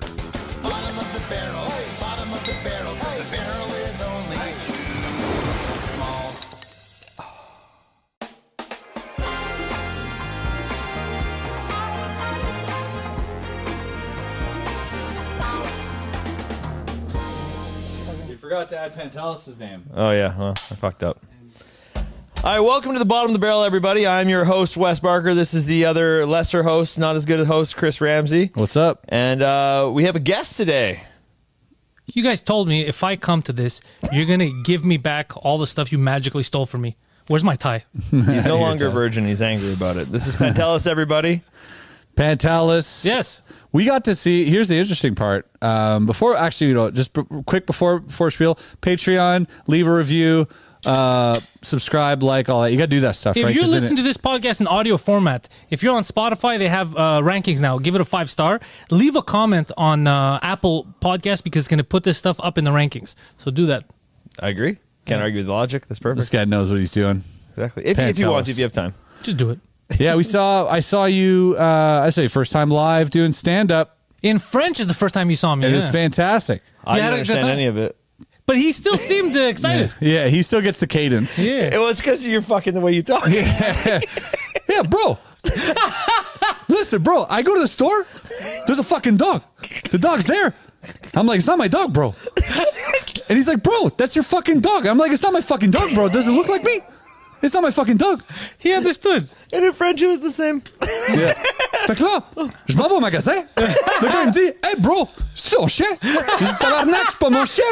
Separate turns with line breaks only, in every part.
Bottom of the barrel, bottom of the barrel, 'cause the barrel is only small.
You forgot to add Pantelis' name.
Oh yeah, well, I fucked up. All right, welcome to the bottom of the barrel, everybody. I'm your host Wes Barker. This is the other lesser host, not as good a host, Chris Ramsey,
What's up?
and uh, we have a guest today.
You guys told me if I come to this, you're gonna give me back all the stuff you magically stole from me. Where's my tie?
He's no longer a virgin. He's angry about it. This is Pantelis, everybody.
Pantalis.
Yes.
We got to see. Here's the interesting part. Um, before, actually, you know, just b- quick before before spiel. Patreon, leave a review, uh, subscribe, like, all that. You got to do that stuff.
If
right?
you're
'Cause then
listening
it-
to this podcast in audio format, if you're on Spotify, they have uh, rankings now. Give it a five star. Leave a comment on uh, Apple Podcast because it's gonna put this stuff up in the rankings. So do that.
I agree. Can't argue with the logic.
this
That's perfect.
guy knows what he's doing.
Exactly. If, if you want
Pantelis.
to, if you have time.
Just do it
yeah, we saw. I saw you. Uh, I saw you first time live doing stand up.
in French. Is the first time you saw me,
It was
yeah.
fantastic.
I
You
didn't
had a good
understand
time?
any of it.
but he still seemed uh, excited.
Yeah, he still gets the cadence.
Yeah.
It was because you're fucking the way you talk.
Yeah, bro. Listen, bro, I go to the store. There's a fucking dog. The dog's there. I'm like, it's not my dog, bro. And he's like, bro, that's your fucking dog. I'm like, it's not my fucking dog, bro. Does it look like me? It's not my fucking dog.
He understood.
And in French, it was the same.
Fait que là, je m'en vais au magasin. Le gars, il me dit, hey, bro, c'est ton chien? Je dis, tabarnak, c'est pas mon chien.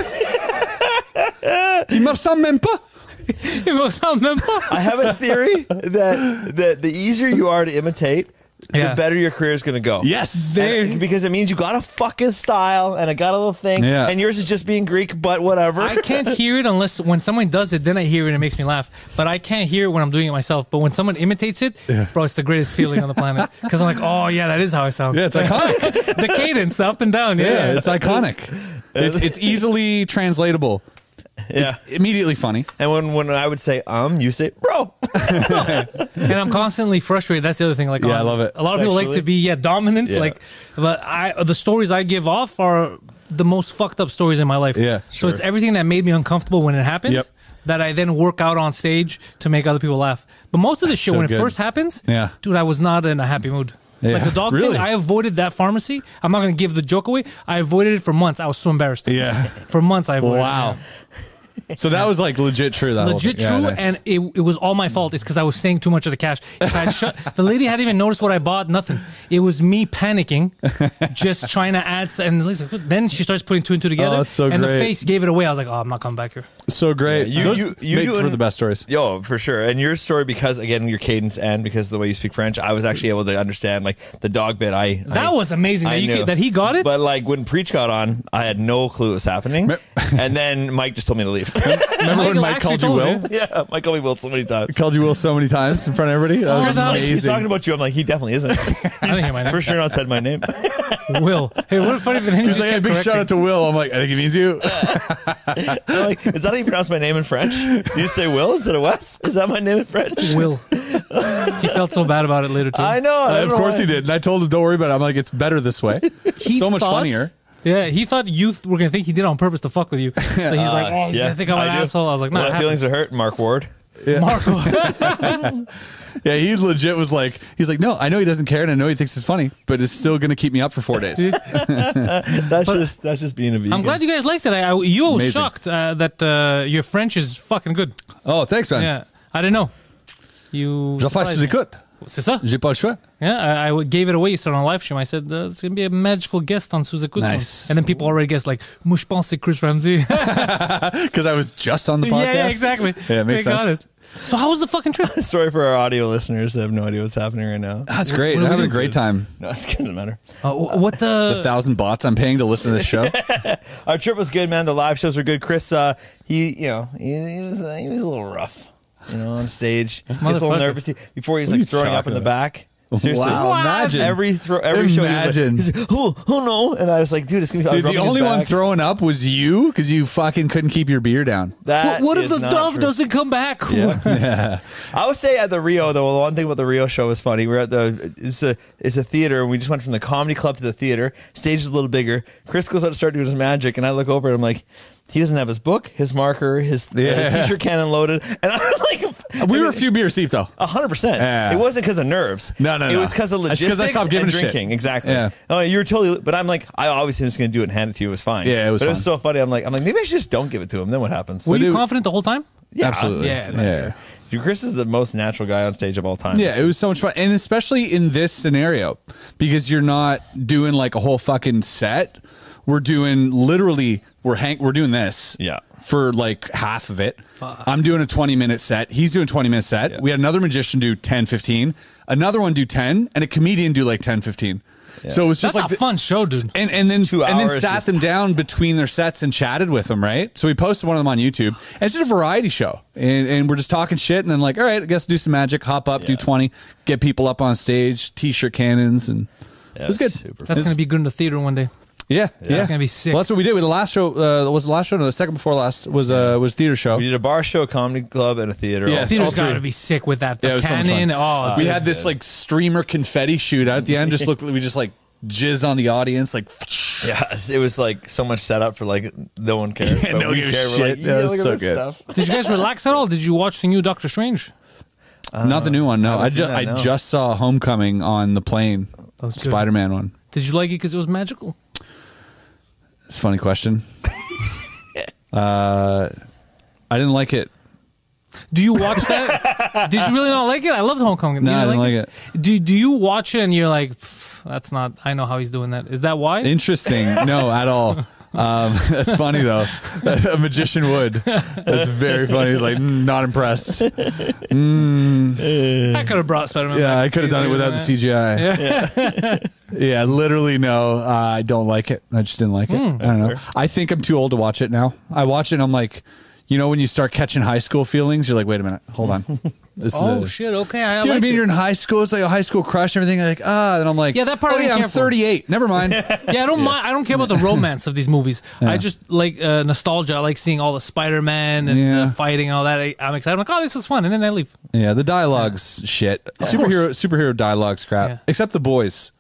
Il me ressemble même pas.
It was something.
I have a theory that that the easier you are to imitate,
Yeah.
the better your career is going to go.
Yes.
And- because it means you got a fucking style and I got a little thing,
Yeah.
and yours is just being Greek, but whatever.
I can't hear it unless when someone does it, then I hear it and it makes me laugh. But I can't hear it when I'm doing it myself. But when someone imitates it, bro, it's the greatest feeling on the planet. Because I'm like, oh yeah, that is how I sound.
Yeah, it's iconic.
the cadence, the up and down. Yeah,
Yeah, it's iconic. It's, it's easily translatable.
yeah.
Immediately funny.
And when when I would say um, you say bro.
and I'm constantly frustrated. That's the other thing. Like,
Yeah, I
on-
love it.
A lot of people like
Sexually?
to be yeah dominant.
Yeah.
Like, but I the stories I give off are the most fucked up stories in my life.
Yeah,
So it's everything that made me uncomfortable when it happened.
Yep.
That I then work out on stage to make other people laugh. But most of this shit,
so
when
good.
it first happens,
Yeah.
dude, I was not in a happy mood. Like
Yeah.
the dog
Really?
thing, I avoided that pharmacy. I'm not gonna give the joke away. I avoided it for months. I was so embarrassed.
Yeah.
For months, I avoided. it,
Wow.
man.
So that was like legit true. That whole
legit
thing.
true,
Yeah, nice.
and it, it was all my fault. It's because I was saying too much of the cash. If I had shut, the lady hadn't even noticed what I bought. Nothing. It was me panicking, just trying to add. st- And Lisa, then she starts putting two and two together.
Oh, that's so
and
great.
the face gave it away. I was like, oh, I'm not coming back here.
so great.
Yeah, you-
Those
you- you
make
do
for
an-
the best stories.
Yo, for sure. And your story, because again, your cadence and because of the way you speak French, I was actually able to understand like the dog bit. I I-
That was amazing that
I
you
knew.
ca- that he got it?
But like when Preach got on, I had no clue what was happening. and then Mike just told me to leave.
Remember when
Michael
Mike
actually
called you
told
Will?
me.
yeah, Mike only will so many times.
Called you Will so many times in front of everybody. That was
He's like, He's
amazing.
talking about you. I'm like, he definitely isn't.
I didn't hear my name.
for sure not said my name.
Will. Hey, what if funny if
He's like, hey, big shout out to Will. I'm like, I think it means you.
I'm like, is that how you pronounce my name in French? Do you say Will instead of Wes? Is that my name in French?
Will. He felt so bad about it later too.
I know. I
Uh, of
don't know
course
why.
he did. And I told him, don't worry about it. I'm like, it's better this way.
He
so much
thought-
funnier.
Yeah, he thought you th- were gonna think he did it on purpose to fuck with you. So he's
Uh,
like, oh, he's
Yeah,
gonna think I'm an
I do.
asshole. I was like, no,
my
it happened.
feelings are hurt. Mark Ward.
Marco.
Yeah, he legit was like, he's like, no, I know he doesn't care and I know he thinks it's funny, but it's still going to keep me up for four days.
That's just that's just being a vegan.
I'm glad you guys liked it. I, I you were
Amazing.
shocked uh, that uh, your French is fucking good.
oh, thanks, man.
Yeah, I didn't know. You.
Je fais ce que
surprised me.
j'écoute.
C'est ça?
J'ai pas le choix.
Yeah, I, I w- gave it away. You said on live stream. I said uh, it's gonna be a magical guest on Suze Kutsun.
Nice.
And then people already guessed like, "Moi, je pense c'est Chris Ramsey." yeah,
Because I was just on the podcast.
yeah, exactly.
Yeah, it makes
they
sense.
Got it. So how was the fucking trip?
Sorry for our audio listeners that have no idea what's happening right now.
That's great. I'm
what do we
having a
do?
great time.
No, it doesn't matter.
Uh, wh- what the?
The thousand bots I'm paying to listen to this show.
Our trip was good, man. The live shows were good. Chris, uh, he, you know, he, he was uh, he was a little rough, you know, on stage. He was a little
motherfucker.
nervous He- before he was
What are you
like throwing up
talking
in the
about?
back. Seriously.
Wow, What? imagine.
Every throw, every show. he was like-
Imagine.
he's like, who, who no? And I was like, dude, it's gonna be. I was
Dude, the
rubbing his
only one
back.
throwing up was you because you fucking couldn't keep your beer down.
That
What, what if
is
the
not
dove
true.
doesn't come back?
I would say at the Rio though. The one thing about the Rio show was funny. We're at the it's a it's a theater. and We just went from the comedy club to the theater. Stage is a little bigger. Chris goes out to start doing his magic, and I look over and I'm like, he doesn't have his book, his marker, his,
Yeah.
his teacher cannon loaded, and I'm like,
We were a few beers deep though.
A hundred percent.
Yeah.
It wasn't because of nerves.
No, no,
It
no.
was because of
That's 'cause I
logistics
stopped giving
and
a shit.
drinking. Exactly.
Yeah.
Oh, you were totally. But I'm like, I obviously am just gonna do it and hand it to you. It was fine.
Yeah, it was
But it was
fun.
so funny. I'm like, I'm like, maybe I should just don't give it to him. Then what happens?
Were
But
you
it-
confident the whole time?
Yeah.
Absolutely.
Yeah, nice.
yeah.
Dude, Chris is the most natural guy on stage of all time.
Yeah, it was so much fun. And especially in this scenario, because you're not doing like a whole fucking set. We're doing literally we're hang we're doing this.
Yeah.
For like half of it. I'm doing a 20 minute set. He's doing a 20 minute set. We had another magician do 10, 15, another one do 10, and a comedian do like 10, 15. So it was just
That's
like
a
the-
fun show, dude.
and and then
Two
and then
hours
sat
just-
them down between their sets and chatted with them, right? So we posted one of them on YouTube. And it's just a variety show, and and we're just talking shit, and then like, all right, I guess do some magic, hop up, do
Yeah.
twenty, get people up on stage, t-shirt cannons, and
Yeah,
it was good.
super
That's
It was-
gonna be good in the theater one day.
yeah, yeah,
that's gonna be sick.
Well, that's what we did with the last show. Uh, was the last show? No, the second before last was uh was theater show.
We
Yeah,
did a bar show, comedy club, and a theater.
Yeah. Theater-
All-
Theater's
All three.
gotta be sick with that. The
it was so much
cannon.
fun.
Uh,
Oh,
we
dude.
had this like streamer confetti shoot out at the end. Just looked, we just like jizz on the audience, like.
yeah, it was like so much setup for like no one cared. but
no one
we
gives a shit.
cared. We're like,
Yeah,
yeah,
it was
look at
so
this
good.
stuff.
Did you guys relax at all? Did you watch the new Doctor Strange?
Not the new one. No,
haven't
I,
seen
ju-
that,
I
no.
just saw Homecoming on the plane.
was good.
Spider Man one.
Did you like it because it was magical?
It's a funny question. uh, I didn't like it.
Do you watch that? Did you really not like it? I loved Homecoming. Did
No,
you
I didn't like
Do Do you watch it and you're like, "Pff, that's not. I know how he's doing that. Is that why?
Interesting. no, at all. Um, that's funny though. a magician would. That's very funny. He's like "Mm, not impressed.
I could have brought Spider Man.
Yeah, I could have done it without the CGI. Yeah. yeah, literally no. Uh, I don't like it. I just didn't like
Hmm,
it. I don't know. I think I'm too old to watch it now. I watch it and I'm like, you know when you start catching high school feelings, you're like, wait a minute, hold on. This
Oh
is a,
shit! Okay, I
Dude, I
liked
mean,
it.
you're in high school. It's like a high school crush and everything. Like, ah, and I'm like,
Yeah, that part
Oh,
I didn't
yeah,
care
I'm
for.
38. Never mind.
Yeah, I don't mind. I don't care about the romance of these movies. I just like uh, nostalgia. I like seeing all the Spider Man and
Yeah.
the fighting, and all that. I, I'm excited. I'm like, oh, this was fun, and then I leave.
yeah, the dialogues shit. Superhero superhero dialogues crap.
Yeah.
Except the boys.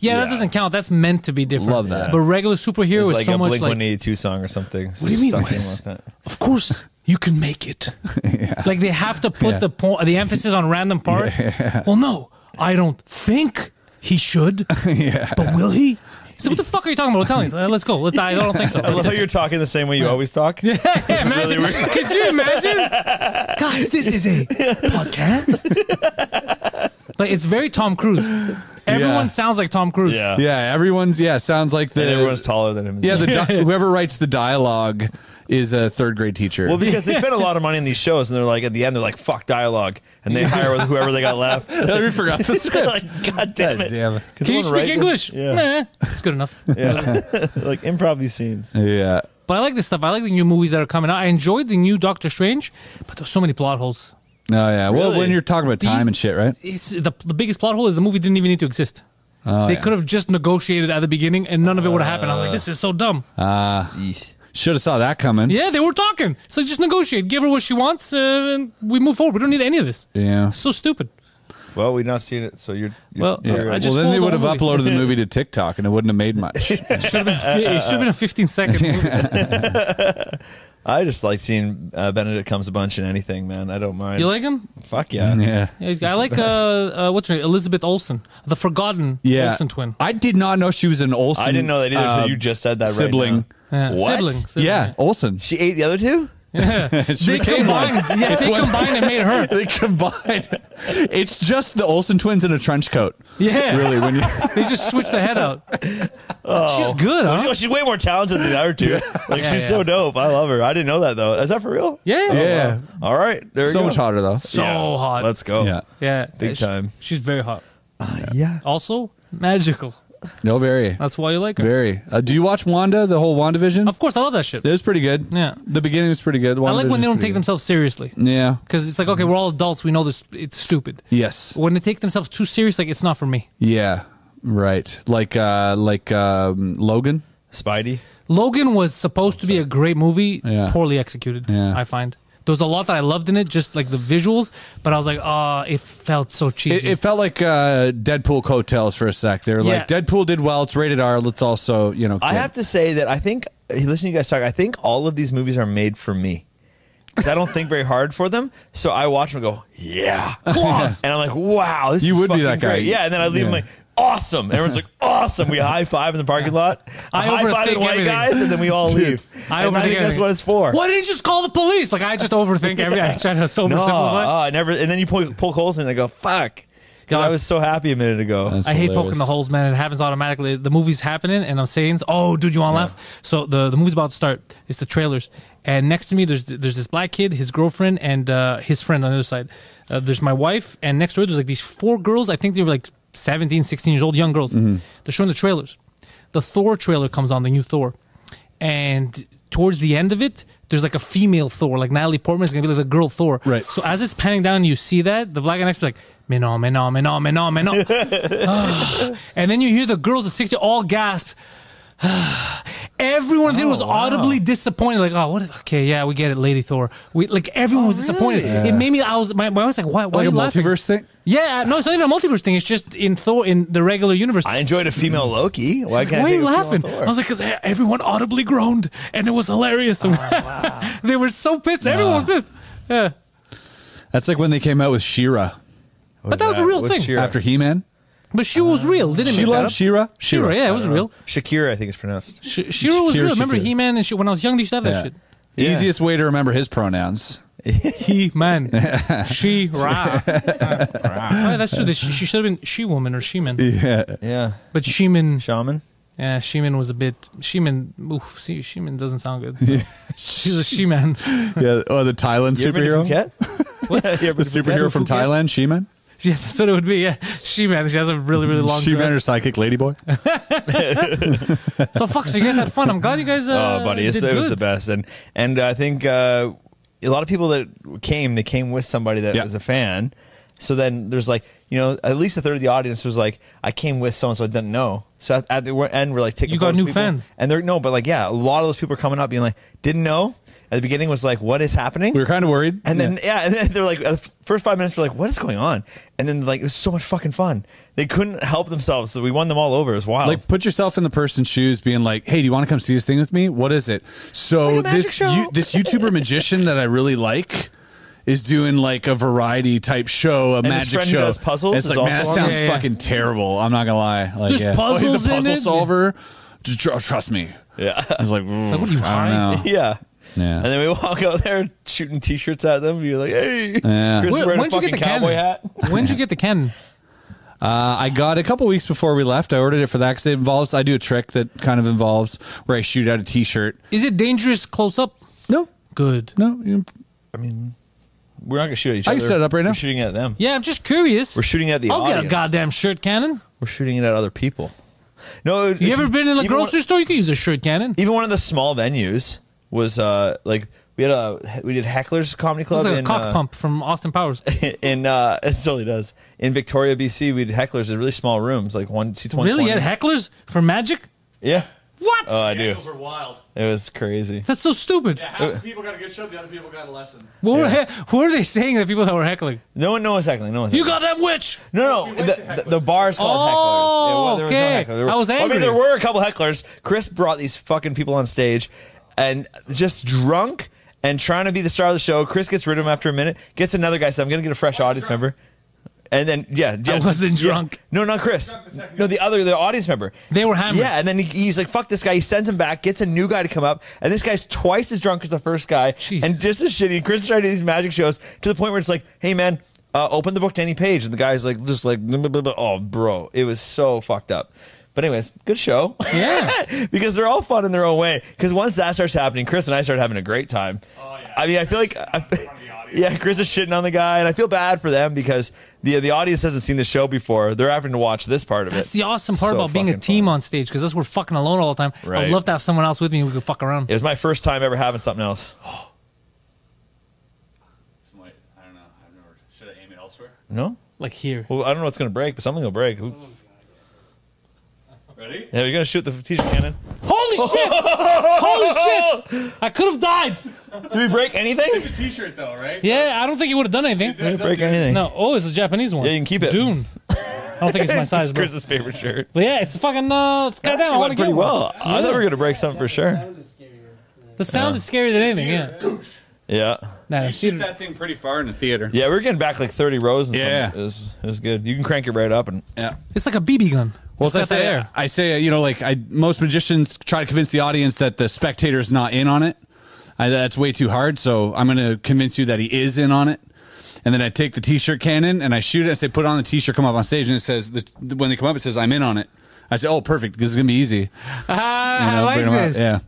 Yeah,
Yeah.
that doesn't count. That's meant to be different.
Love that.
But regular superhero
It's
is
like
so
a
much
Blink
like.
One Eighty Two song or something. What
do you mean, Wes? Of course, you can make it. Like they have to put
Yeah.
the po- the emphasis on random parts. Well, no, I don't think he should. But will he? So what the fuck are you talking about? Tell me. Uh, Let's go. Let's. I don't think so.
I love how you're talking the same way you always talk. Yeah.
Yeah, imagine. could you imagine? Guys, this is a podcast. like it's very Tom Cruise. Everyone
Yeah.
sounds like Tom Cruise.
Yeah.
Yeah, everyone's yeah sounds like the
And everyone's taller than him.
yeah the di- whoever writes the dialogue is a third grade teacher.
Well, because they spend a lot of money on these shows, and they're like, at the end, they're like, "Fuck dialogue," and they hire whoever they got left.
Oh,
we forgot the script.
like, God damn it!
Damn it.
Could
Can you
someone
speak
write
English?
this? Yeah,
Nah, it's good enough.
yeah. like improv these scenes.
Yeah.
But I like this stuff. I like the new movies that are coming out. I enjoyed the new Doctor Strange, but there's so many plot holes.
Oh yeah. Well,
Really?
when you're talking about time
These-
and shit, right?
It's, the, the biggest plot hole is the movie didn't even need to exist. they
Oh, yeah. Uh.
could have just negotiated at the beginning, and none of it would have happened. I was like, this is so dumb.
Should have saw that coming.
Yeah, they were talking. So just negotiate. Give her what she wants, uh, and we move forward. We don't need any of this.
Yeah.
So stupid. Well,
Well, we've not seen it, so you're. you're
Well,
you're
I
right.
just
well, then
spoiled
they
the
would have
whole
uploaded the movie to TikTok, and it wouldn't have made much.
It should have been, fi- it should have been a 15 second movie.
I just like seeing uh, Benedict comes a bunch in anything, man. I don't mind.
You like him?
Fuck yeah.
yeah.
Yeah, he's, I like uh, uh, what's her name? Elizabeth Olsen, the forgotten
Yeah.
Olsen twin.
I did not know she was an Olsen.
I didn't know that either until
uh,
you just said that.
sibling.
Right now.
Yeah,
What?
Sibling, sibling.
Uh, um, Yeah, Olsen.
She ate the other two.
They combined. Yeah, they combined and made her.
They combined. It's just the Olsen twins in a trench coat.
Yeah.
Really, when you
They just switched the head out. She's good, huh?
Oh, she's way more talented than the other two. Like
Yeah,
she's
yeah.
so dope. I love her. I didn't know that though. Is that for real?
Yeah.
Yeah.
All right. There we
so
go.
much hotter though.
So hot.
Let's go.
Yeah.
Yeah.
Big
She-
time.
She's very hot.
Yeah.
Also, magical.
No, very,
That's why you like her.
very. Uh, do you watch Wanda? The whole WandaVision.
Of course, I love that shit.
It was pretty good.
Yeah.
the beginning was pretty good.
I like when they don't take
them.
themselves seriously.
Yeah.
Because it's like, okay, we're all adults. We know this. It's stupid.
Mm. Yes.
When they take themselves too serious, like, it's not for me.
Yeah. Right. Like uh like um Logan.
Spidey.
Logan was supposed to be a great movie,
Yeah.
poorly executed,
Yeah.
I find. There was a lot that I loved in it, just like the visuals, but I was like, ah, it felt so
It,
cheesy.
it felt like uh Deadpool coattails for a sec. They were like
Yeah.
Deadpool did well, it's rated R, let's also, you know,
I
get-
have to say that I think listening to you guys talk, I think all of these movies are made for me. Because I don't think very hard for them, so I watch them and go, yeah, claws, and I'm like, wow, this
You
is
would be
fucking
that guy.
great. yeah. And then I leave them
Yeah.
like, awesome. Everyone's like, awesome. We high five in the parking lot.
I
high five
overthink
the white
everything.
guys, and then we all leave.
I
and I
overthink
think that's
everything.
what it's for.
Why didn't you just call the police? Like, I just overthink everything. I try to
No,
oversimplify.
oh, I never. And then you pull, pull holes in, and I go, fuck. 'Cause I was so happy a minute ago.
That's
I hate
hilarious.
poking the holes, man. It happens automatically. The movie's happening, and I'm saying, "Oh, dude, you want to laugh?" So the, the movie's about to start. It's the trailers, and next to me, there's there's this black kid, his girlfriend, and uh, his friend on the other side. Uh, there's my wife, and next to her, there's like these four girls. I think they were like 17, 16 years old, young girls.
Mm-hmm.
They're showing the trailers. The Thor trailer comes on, the new Thor, and towards the end of it, there's like a female Thor, like Natalie Portman is gonna be like the girl Thor.
Right.
So as it's panning down, you see that the black guy next to you like. Menon, menon, menon, menon, menon. And then you hear the girls at 60 all gasp. everyone there was audibly disappointed. Like, oh, what? Okay, yeah, we get it, Lady Thor. We like everyone was disappointed. It made me. I was my, my was like, why? Why
like
are
a
you laughing?
multiverse thing.
Yeah, no, it's not even a multiverse thing. It's just in Thor in the regular universe.
I enjoyed a female Loki. Why can't
why
I
are
hate
you
a female
laughing?
Thor?
I was like, because everyone audibly groaned, and it was hilarious. they were so pissed. Everyone was pissed. Yeah,
That's like when they came out with Shira
but that was a real
What's
thing.
Shira?
after He-Man.
But she was real, didn't
She
make that
loved
up.
Shira.
Shira, yeah, it was real.
Shakira, I think it's pronounced.
Sh- Shira
Shakira,
was real. Remember
Shakira.
He Man and shit? When I was young, they used to have that shit.
Yeah.
Easiest way to remember his pronouns.
He Man, She Ra. Oh, that's true. They- She, she should have been She Woman or She Man.
Yeah.
Yeah,
But She Man,
shaman.
yeah, She Man was a bit. She Man, oof, see, She Man doesn't sound good. She's a She Man.
Yeah. Oh, the Thailand
You ever been to
superhero.
Phuket? You ever
The
been to Phuket?
superhero from Thailand, She-Man.
Yeah, that's what it would be. Yeah, She Man. She has a really, really long
She-Man or
dress.
psychic ladyboy.
So fuck. So you guys had fun. I'm glad you guys. Uh,
Oh, buddy, it's,
did
it was
good.
the best, and and I think uh, a lot of people that came, they came with somebody that
Yeah.
was a fan. So then there's like you know at least a third of the audience was like I came with someone so I didn't know. So at, at the end we're like taking
You got
photos of
new
people,
fans.
and they're no, but like yeah, a lot of those people are coming up being like didn't know. At the beginning was like what is happening?
We were kind of worried.
And then yeah. and then they're like uh, the first five minutes we're like, what is going on? And then like it was so much fucking fun. They couldn't help themselves, so we won them all over. It was wild.
Like put yourself in the person's shoes, being like, "Hey, do you want to come see this thing with me? What is it?" So
Like a magic
this
show.
this YouTuber magician that I really like is doing like a variety type show, a
his
magic
friend who
show.
does puzzles
It's
is
like, man,
also
that
on
sounds
there. Yeah, yeah.
fucking terrible. I'm not gonna lie. Like,
There's
yeah. Oh, he's
puzzles
a
in
puzzle
it?
solver. Just tr- oh, trust me.
yeah,
I was like, like
what are you
I don't know.
yeah.
Yeah.
And then we walk out there shooting t-shirts at them. Be like, hey,
Yeah.
Chris is
Where-
wearing a
when'd you
fucking
get the
cowboy hat.
cannon? When'd you get the cannon?
Uh, I got a couple weeks before we left. I ordered it for that because it involves. I do a trick that kind of involves where I shoot out a T-shirt.
Is it dangerous close up?
No,
Good.
no. you-
I mean, we're not gonna shoot at each
I
other.
can set it up right now.
We're shooting at them.
Yeah, I'm just curious.
We're shooting at the
I'll
audience.
get a goddamn shirt cannon.
We're shooting it at other people. No, it-
You ever been in a
even
grocery
one,
store? You could use a shirt cannon.
Even one of the small venues was uh like we had a we did Hecklers Comedy Club
Looks like a
in,
cock
uh,
pump from Austin Powers.
in uh it still does in Victoria BC we had hecklers in really small rooms like one seats one
really? You had hecklers for magic?
yeah
What?
oh I do
Those are wild.
it was crazy
That's so stupid.
Yeah, half the people got a good show, the other people got a lesson.
What, were he- what were they saying? The people that were heckling.
no one knows heckling no one
You got that witch.
no no
went to
the, the, the bar's called hecklers
Oh,
well, there was no
okay.
heckler. There
I
were-
was
I mean there
angry.
were a couple hecklers Chris brought these fucking people on stage and just drunk and trying to be the star of the show Chris gets rid of him after a minute gets another guy so I'm gonna get a fresh audience member. And then, yeah, yeah,
wasn't
yeah.
drunk.
No, not Chris. No, the other, the audience member.
They were hammered.
Yeah, and then he, he's like, "Fuck this guy." He sends him back, gets a new guy to come up, and this guy's twice as drunk as the first guy,
Jeez.
and just as shitty. Chris tried to do these magic shows to the point where it's like, "Hey, man." Uh, open the book to any page, and the guy's like, just like, blah, blah, blah, blah. oh, bro, it was so fucked up. But anyways, good show.
Yeah.
because they're all fun in their own way. Because once that starts happening, Chris and I start having a great time.
Oh, yeah.
I mean, I feel like,
Shut up in front of the audience.
Yeah, Chris is shitting on the guy, and I feel bad for them because the the audience hasn't seen the show before. They're having to watch this part of
That's
it.
the awesome part
So
about being a
fucking
team
fun.
on stage because us we're fucking alone all the time.
Right.
I'd love to have someone else with me. We could fuck around.
It was my first time ever having something else.
It's my, I don't know. I've never. Should I aim it elsewhere?
No,
Like here.
well, I don't know what's gonna break, but something will break. Oop.
Ready?
Yeah, you're gonna shoot the teacher cannon.
Holy shit! Holy shit! I could have died.
Did we break anything?
It's a T-shirt though, right?
Yeah, I don't think he would have done anything.
That- that-
Break anything?
No. Oh, it's a Japanese one.
Yeah, you can keep it.
Dune. I don't think it's my size,
It's
bro.
Chris's favorite shirt.
But yeah, it's fucking. Uh, it's goddamn. I
Actually
want
went
to get
pretty
one.
well. I thought we were gonna break something for sure.
The sound is scarier than anything. Yeah.
Yeah,
Nah, the
You shoot
theater-
that thing pretty far in the theater.
yeah, we were getting back like 30 rows. And
Yeah.
something. it was, it was good. You can crank it right up and
yeah.
It's like a BB gun.
Well,
it's
as I
got that
say,
air.
I say, you know, like I most magicians try to convince the audience that the spectator's not in on it. I, that's way too hard. So I'm going to convince you that he is in on it. And then I take the T-shirt cannon and I shoot it. I say, put on the T-shirt, come up on stage, and it says the, when they come up, it says I'm in on it. I say, oh, perfect, this is gonna be easy.
Ah,
You know,
I like
bring 'em out.
this.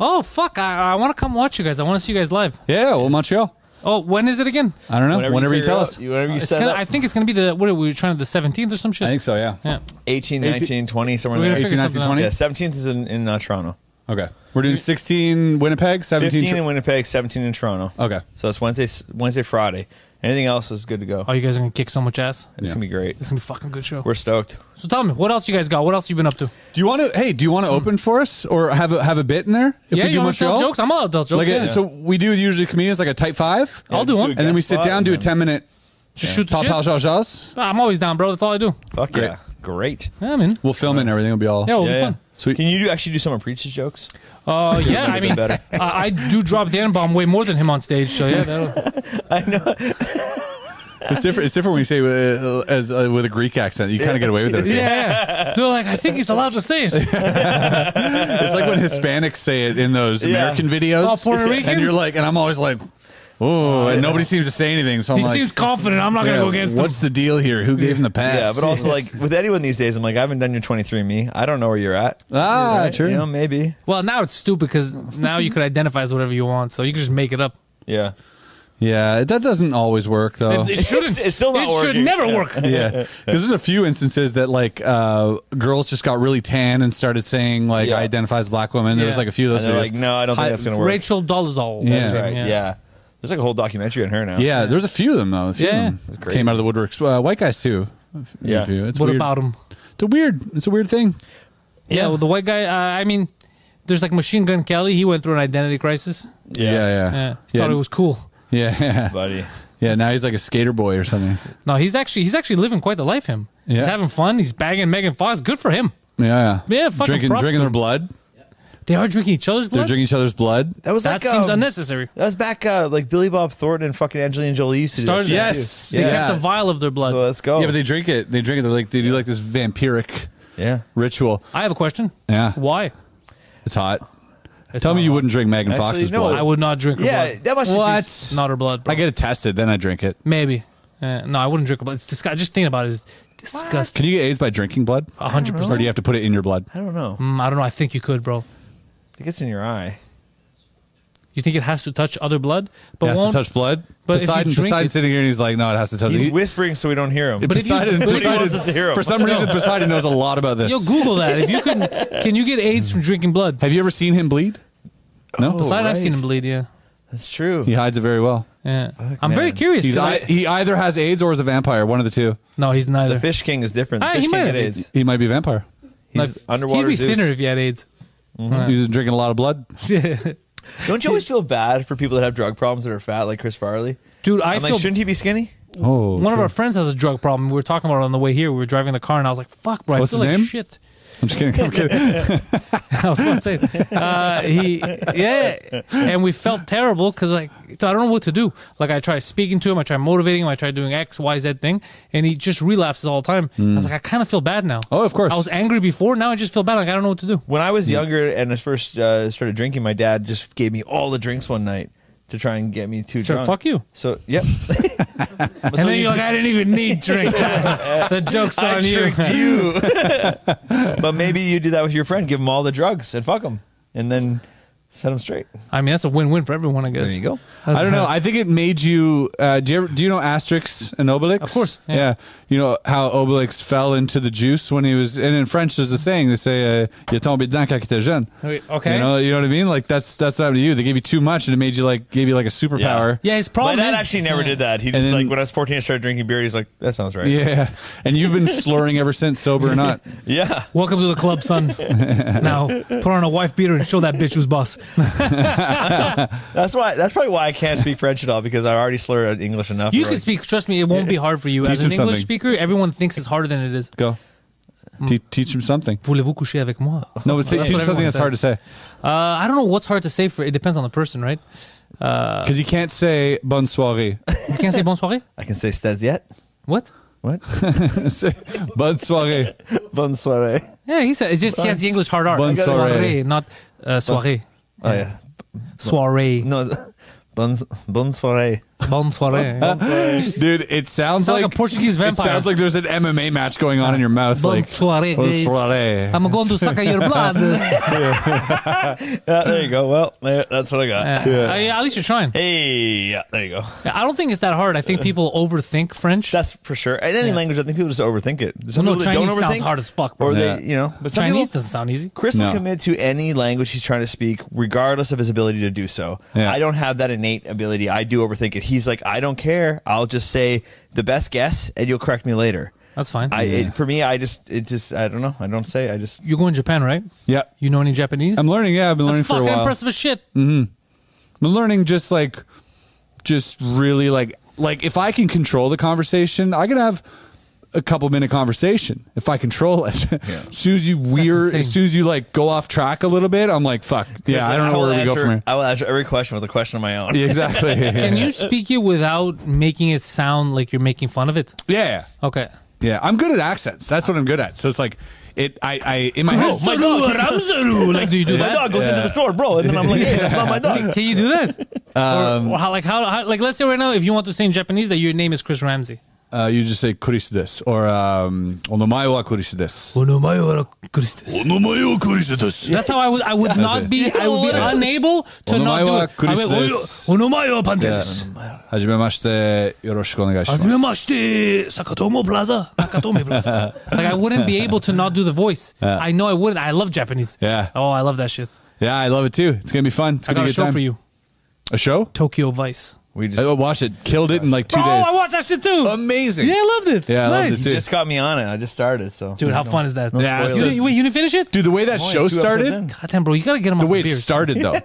Oh fuck! I, I want to come watch you guys. I want to see you guys live.
Yeah, yeah. Well, Montreal.
Oh, when is it again?
I don't know. Whenever, you,
figure
tell
out-
us,
you- whenever you
It's
set
gonna,
up,
I think it's gonna be the what are we trying to the seventeenth or some shit.
I think so. Yeah.
Yeah.
18, 19, 20, somewhere
We're
in
gonna
there.
figure
18,
something out.
19,
Yeah, 17th is in, in uh, Toronto.
Okay. We're doing 16 Winnipeg, 17.
15 in Winnipeg, 17 in Toronto.
Okay.
So it's Wednesday, Wednesday, Friday. Anything else is good to go.
Oh, you guys are gonna kick so much ass.
It's gonna be great.
It's gonna be a fucking good show.
We're stoked.
So tell me, what else you guys got? What else you been up to?
do you want to? Hey, do you want to open for us or have a, have a bit in there? If
Hmm. yeah,
we do
you want to tell
Montreal?
jokes? I'm all about jokes.
Like uh, a-
yeah.
so, we do usually comedians like a type five.
I'll do
just
one.
a
and then we
guest
sit
spot
down, do a
and
ten minute
Just shoot the
pop
shit.
pal Zha Zha's.
I'm always down, bro. That's all I do.
then- Fuck
Great.
yeah. Great.
Yeah, man.
We'll film it and everything. It'll be all.
Yeah, we'll
Yeah,
be
yeah.
fun.
Sweet.
Can you do, actually do someone preaches jokes?
Uh, yeah, I mean,
better.
I, I do drop the N bomb way more than him on stage. So yeah, that'll,
It's different. It's different when you say with, uh, as uh, with a Greek accent. You kind of get away with it. I feel.
yeah. They're like, I think he's allowed to say it.
It's like when Hispanics say it in those
Yeah.
American videos.
Oh, Puerto
And
Ricans?
you're like, and I'm always like, oh, and nobody seems to say anything. So I'm
He
like,
seems confident. I'm not
yeah,
gonna go against him.
what's the deal here? Who gave him the pass?
Yeah, but also like with anyone these days, I'm like, I haven't done your 23andMe. I don't know where you're at.
ah,
Right?
true.
You know, maybe.
Well, now it's stupid because now you could identify as whatever you want, so you can just make it up.
Yeah.
Yeah, that doesn't always work though.
It, it shouldn't.
It's- it's still not
It
working.
should never work.
yeah, because there's a few instances that like uh, girls just got really tan and started saying like
Yeah.
I identify as a black woman. There was
Yeah.
like a few of those.
And they're
videos.
like, no, I don't think
Hi-
that's going to work.
Rachel Dolezal.
Yeah.
That's right. Yeah. There's like a whole documentary on her now.
yeah, there's a few of them though. A few of
Yeah.
them came out of the woodworks. Uh, white guys too. A few-
Yeah.
a few. it's
What
weird.
about him?
It's a weird. It's a weird thing.
Yeah, well, the white guy. Uh, I mean, there's like Machine Gun Kelly. He went through an identity crisis.
Yeah, yeah,
Yeah,
yeah,
he thought it was cool.
yeah, yeah.
Buddy.
yeah. Now he's like a skater boy or something.
No, he's actually he's actually living quite the life. Him. He's
Yeah.
having fun. He's bagging Megan Fox. Good for him.
Yeah,
Yeah, fucking
drinking
props
drinking
to
their
him.
blood.
They are drinking each other's
They're
blood.
drinking each other's blood.
That was
that
like,
seems
um,
unnecessary.
That was back uh, like Billy Bob Thornton and fucking Angelina Jolie used to do that
Started
shit,
that,
Yes.
too.
They
Yeah.
Yeah.
kept a vial of their blood.
So let's go.
Yeah, but they drink it. They drink it. They're like they do like this vampiric
yeah.
ritual.
I have a question.
Yeah.
Why?
It's hot.
It's
Tell
not
me you
her.
wouldn't drink Megan
Actually,
Fox's
no,
blood.
I would not drink. Her
Yeah,
blood.
that must just be-
What?
not her blood. Bro.
I get it tested, then I drink it.
maybe. Uh, no, I wouldn't drink her blood. It's disgusting. Just thinking about it is disgusting.
Can you get AIDS by drinking blood?
A hundred
Or do
percent.
you have to put it in your blood?
I don't know.
Mm, Oh, I don't know. I think you could, bro.
It gets in your eye.
You think it has to touch other blood, but
It has to
won't.
touch blood.
but if you
Poseidon,
drink
Poseidon's
it-
sitting here and he's like, no, it has to touch.
He's
He-
whispering so we don't hear him.
Poseidon,
if you- but if you-
Poseidon-
wants us to hear him.
for some reason, Poseidon knows a lot about this.
Yo, Google that. If you can, can you get AIDS from drinking blood?
Have you ever seen him bleed? No,
Besides, I've
Oh, right.
seen him bleed. Yeah,
That's true.
he hides it very well.
yeah. I'm very
man.
curious.
He's
'cause
I,
I-
he either has AIDS or is a vampire. One of the two.
no, he's neither.
Fish King is different. The
Ah,
Fish
he
King
might
had
have-
AIDS.
He might be a vampire.
He's underwater
He'd be
Zeus.
thinner if he had AIDS.
He's drinking a lot of blood.
Don't you always feel bad for people that have drug problems that are fat, like Chris Farley?
Dude, I
I'm like,
feel
shouldn't he be skinny?
Oh,
one of our friends has a drug problem. We were talking about it on the way here. We were driving the car, and I was like, "Fuck, bro, I
What's
feel
his
like
name?
shit."
I'm just kidding. I'm kidding.
I was about to say, uh, he, yeah, and we felt terrible because like so I don't know what to do. Like I try speaking to him, I try motivating him, I try doing X, Y, Z thing, and he just relapses all the time. I was like, I kind of feel bad now.
Mm. Oh, of course.
I was angry before. Now I just feel bad. Like I don't know what to do.
When I was younger and I first uh, started drinking, my dad just gave me all the drinks one night to try and get me too
Sure,
drunk.
fuck you.
So, yep.
and then you're like, I didn't even need drinks. the joke's
I
on you.
tricked you. but maybe you do that with your friend. Give him all the drugs and fuck him. And then Set him straight.
I mean, that's a win-win for everyone, I guess.
There you go.
That's-
I don't know. I think it made you. Uh, do you ever, do you know Asterix and Obelix?
Of course,
Yeah.
yeah.
You know how Obelix fell into the juice when he was. And in French, there's a saying they say, uh, "You tombé dedans quand t'étais jeune."
Wait, Oh, okay.
You know. You know what I mean? Like that's that's what happened to you. They gave you too much, and it made you like gave you like a superpower.
yeah, his problem
My dad
is
actually never
yeah.
did that. He just
then-
like when I was 14, I started drinking beer. He's like, that sounds right.
Yeah. And you've been slurring ever since, sober or not.
yeah.
Welcome to the club, son. now put on a wife beater and show that bitch who's boss.
That's why. That's probably why I can't speak French at all because I already slur at English enough.
You
Or,
can
like,
speak. Trust me, it won't be hard for you.
Teach
As an
him
English
something.
speaker, everyone thinks it's harder than it is.
Go. Te- teach him something.
Voulez-vous coucher avec moi?
No, but say,
Hmm.
teach
That's what
him something
everyone
that's hard to
says.
say.
Uh, I don't know what's hard to say for. It depends on the person, right?
Because you can't say bonne soirée.
You can't say bon soirée.
I can say Stez yet.
What?
What?
Say bonne soirée.
Bonne soirée.
Yeah, he said it just he has the English hard R.
Bon soirée.
soirée, not uh, soirée.
Oh yeah.
Soirée.
No. Bonne bonne soirée.
Bon soirée.
Dude, it sounds
Sound like a Portuguese vampire.
It sounds like there's an MMA match going on in your mouth.
Bon
like,
soirée,
"Bonne
guys.
soirée."
I'm going to suck at your blood. Uh,
Yeah, there you go. Well, there, that's what I got.
uh, yeah, at least you're trying.
Hey, yeah, there you go.
I don't think it's that hard. I think people overthink French.
That's for sure. In any language, I think people just overthink it. Some
no,
people that
Chinese
don't overthink,
sounds hard as fuck, bro.
or
Yeah.
they, you know, but some
Chinese
people,
doesn't sound easy.
Chris
No.
will commit to any language he's trying to speak, regardless of his ability to do so.
Yeah.
I don't have that innate ability. I do overthink it. He's like, I don't care. I'll just say the best guess, and you'll correct me later.
That's fine.
I it, for me, I just it just I don't know. I don't say. I just
You're going to Japan, right?
Yeah.
You know any Japanese?
I'm learning. Yeah, I've been learning
That's
for a
fucking
while.
impressive as shit.
Mm.
I'm learning just like, just really like, like if I can control the conversation, I can have a couple minute conversation if I control it. as soon as you weird,
insane.
as soon as you like go off track a little bit, I'm like, fuck. Yeah, I don't know
will
where we go
answer-
from here.
I will answer every question with a question of my own.
Yeah, exactly.
Can you speak it without making it sound like you're making fun of it?
Yeah.
Okay.
Yeah, I'm good at accents. That's what I'm good at. So it's like it. I, I in Oh my head.
my dog. like, do you do
My
that?
dog goes into the store, bro, and then I'm like, hey, that's not my dog.
Can you do that?
Um,
or, or how, like how, how? Like, let's say right now, if you want to say in Japanese that your name is Chris Ramsey.
Uh, you just say "kuris des" or um, "onomae wa kuris des."
That's how I would. I would not
it.
be. I would be
Yeah.
unable to not do
Onomae wa
it. I would-
Chris des.
Onomae wa Pantelis.
Hajimemashite, yoroshiku onegaishimasu.
Azumemashite, Sakatomo Plaza, Nakatome Plaza. like I wouldn't be able to not do the voice. I know I wouldn't. I love Japanese.
Yeah.
Oh, I love that shit.
Yeah, I love it too. It's gonna be fun. It's
I
gonna
got
be
a
good
show
time.
for you.
A show?
Tokyo Vice.
We just
I watched it. Killed it in like two
oh,
days.
I watched that shit too.
Amazing.
Yeah, I loved it.
Yeah, I loved
nice.
it too.
just got me on it. I just started, so
Dude, how fun is that?
Yeah,
You
so-
didn't- wait, you didn't finish it?
Dude, the way that
Only
show
two episodes in.
started,
Goddamn, bro, you gotta get him
the
off
way
the
it
beers.
started though,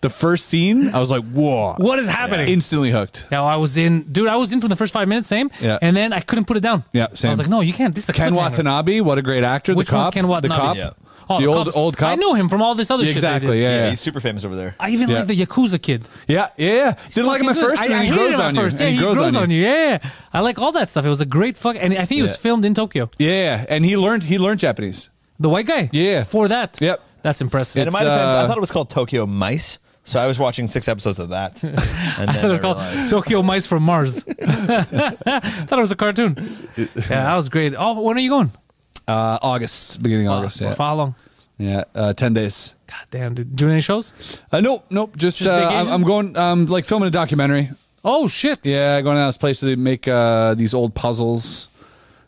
the first scene, I was like, whoa,
what is happening?
instantly hooked.
Yeah, I was in, dude. I was in for the first five minutes, same.
Yeah.
And then I couldn't put it down.
Yeah,
I
same.
was like, no, you can't. This is a
Ken
cliffhanger.
Watanabe, what a great actor.
Which
the cop,
one's Ken Watanabe?
The cop,
Yeah.
Oh,
the, old
cops.
old cop.
I know him from all this other
Yeah,
shit. they did.
exactly. Yeah,
Yeah,
yeah.
he's super famous over there.
I even
Yeah.
like the Yakuza kid.
Yeah, yeah, yeah. Didn't like him at
fucking good.
first, and
I,
then
I
he
hated
grows
him at
on you.
first.
and
Yeah, he grows, on you. Yeah, yeah. I like all that stuff. It was a great fuck, and I think it was
Yeah.
filmed in Tokyo.
Yeah, yeah, and he learned he learned Japanese.
The white guy.
Yeah.
For that.
Yep.
That's impressive.
And in my
It's,
defense,
uh,
I thought it was called Tokyo Mice, so I was watching six episodes of that. And then
I thought it was
I
called
realized-
Tokyo Mice from Mars. thought it was a cartoon. Yeah, that was great. Oh, when are you going?
Uh, August, beginning of August.
Uh,
Yeah,
For how long?
yeah, uh, ten days.
God damn, dude. Doing any shows?
Uh, nope, nope. Just,
Just
uh, I'm,
vacation?
I'm going. Um, like filming a documentary.
Oh shit.
Yeah, going to this place where they make uh, these old puzzles,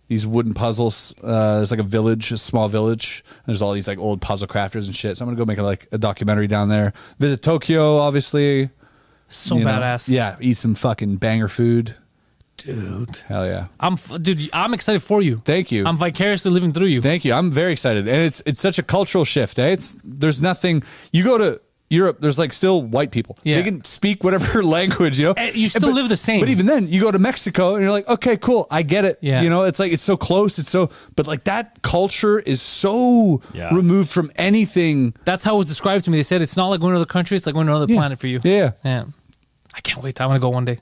these wooden puzzles. Uh, there's like a village, a small village. And there's all these like old puzzle crafters and shit. So I'm gonna go make a, like a documentary down there. Visit Tokyo, obviously.
So
you know.
badass.
Yeah, eat some fucking banger food.
Dude.
Hell yeah.
I'm f- dude, I'm excited for you.
Thank you.
I'm vicariously living through you.
Thank you. I'm very excited, and it's it's such a cultural shift. Eh? It's there's nothing. You go to Europe, there's like still white people.
Yeah.
They can speak whatever language, you know. Eh,
And Eh, you still
But-
live the same.
But even then, you go to Mexico, and you're like, okay, cool, I get it.
Yeah.
You know, it's like it's so close. It's so, but like that culture is so
Yeah.
removed from anything.
That's how it was described to me. They said it's not like going to another country, it's like going to another planet for you.
Yeah.
Yeah. I can't wait. I'm gonna go one day.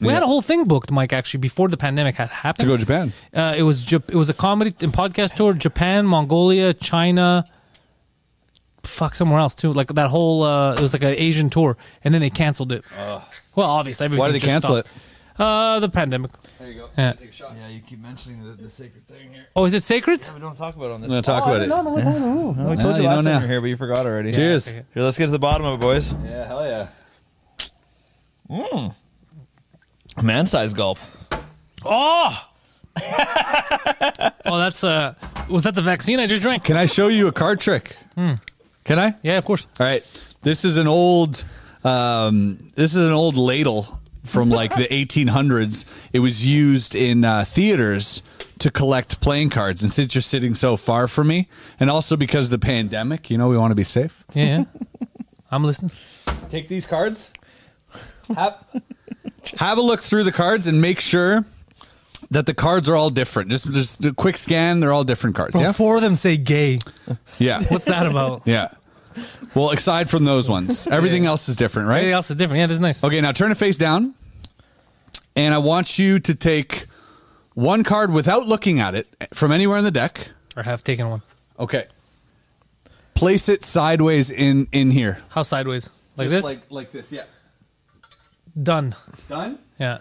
We
Yeah.
had a whole thing booked, Mike, actually, before the pandemic had
To
happened.
go to Japan.
Uh, it was Jap- it was a comedy and podcast tour, Japan, Mongolia, China, fuck somewhere else too. Like that whole uh, it was like an Asian tour, and then they canceled it. well, obviously, everything
Why did they
just
cancel
stopped. Uh, the pandemic.
There you go.
Yeah.
Take a shot. Yeah, you keep mentioning the, the sacred thing here.
Oh, is it sacred?
We don't talk about it on
I'm gonna
this.
talk about it.
we oh, told
No, you
you last
know
time
now.
you were here, but you forgot already.
Cheers.
okay.
Here, let's get to the bottom of it, boys.
Yeah, hell yeah.
Mm. Man size gulp.
Oh. oh, that's uh, was that the vaccine I just drank?
Can I show you a card trick?
Hmm.
Can I?
Yeah, of course.
All right. This is an old um, this is an old ladle from like the 1800s. It was used in uh, theaters to collect playing cards and since you're sitting so far from me and also because of the pandemic, you know we want to be safe.
Yeah, yeah. I'm listening.
Take these cards. Have, have a look through the cards and make sure that the cards are all different. Just just a quick scan, they're all different cards.
Bro,
Yeah?
Four of them say gay.
Yeah.
What's that about?
Yeah. Well, aside from those ones, everything else is different, right?
Everything else is different. Yeah, that's nice.
Okay, now turn it face down. And I want you to take one card without looking at it from anywhere in the deck.
Or have taken one.
Okay. Place it sideways in in here.
How sideways? Like this?
like this, yeah.
Done.
Done?
Yeah.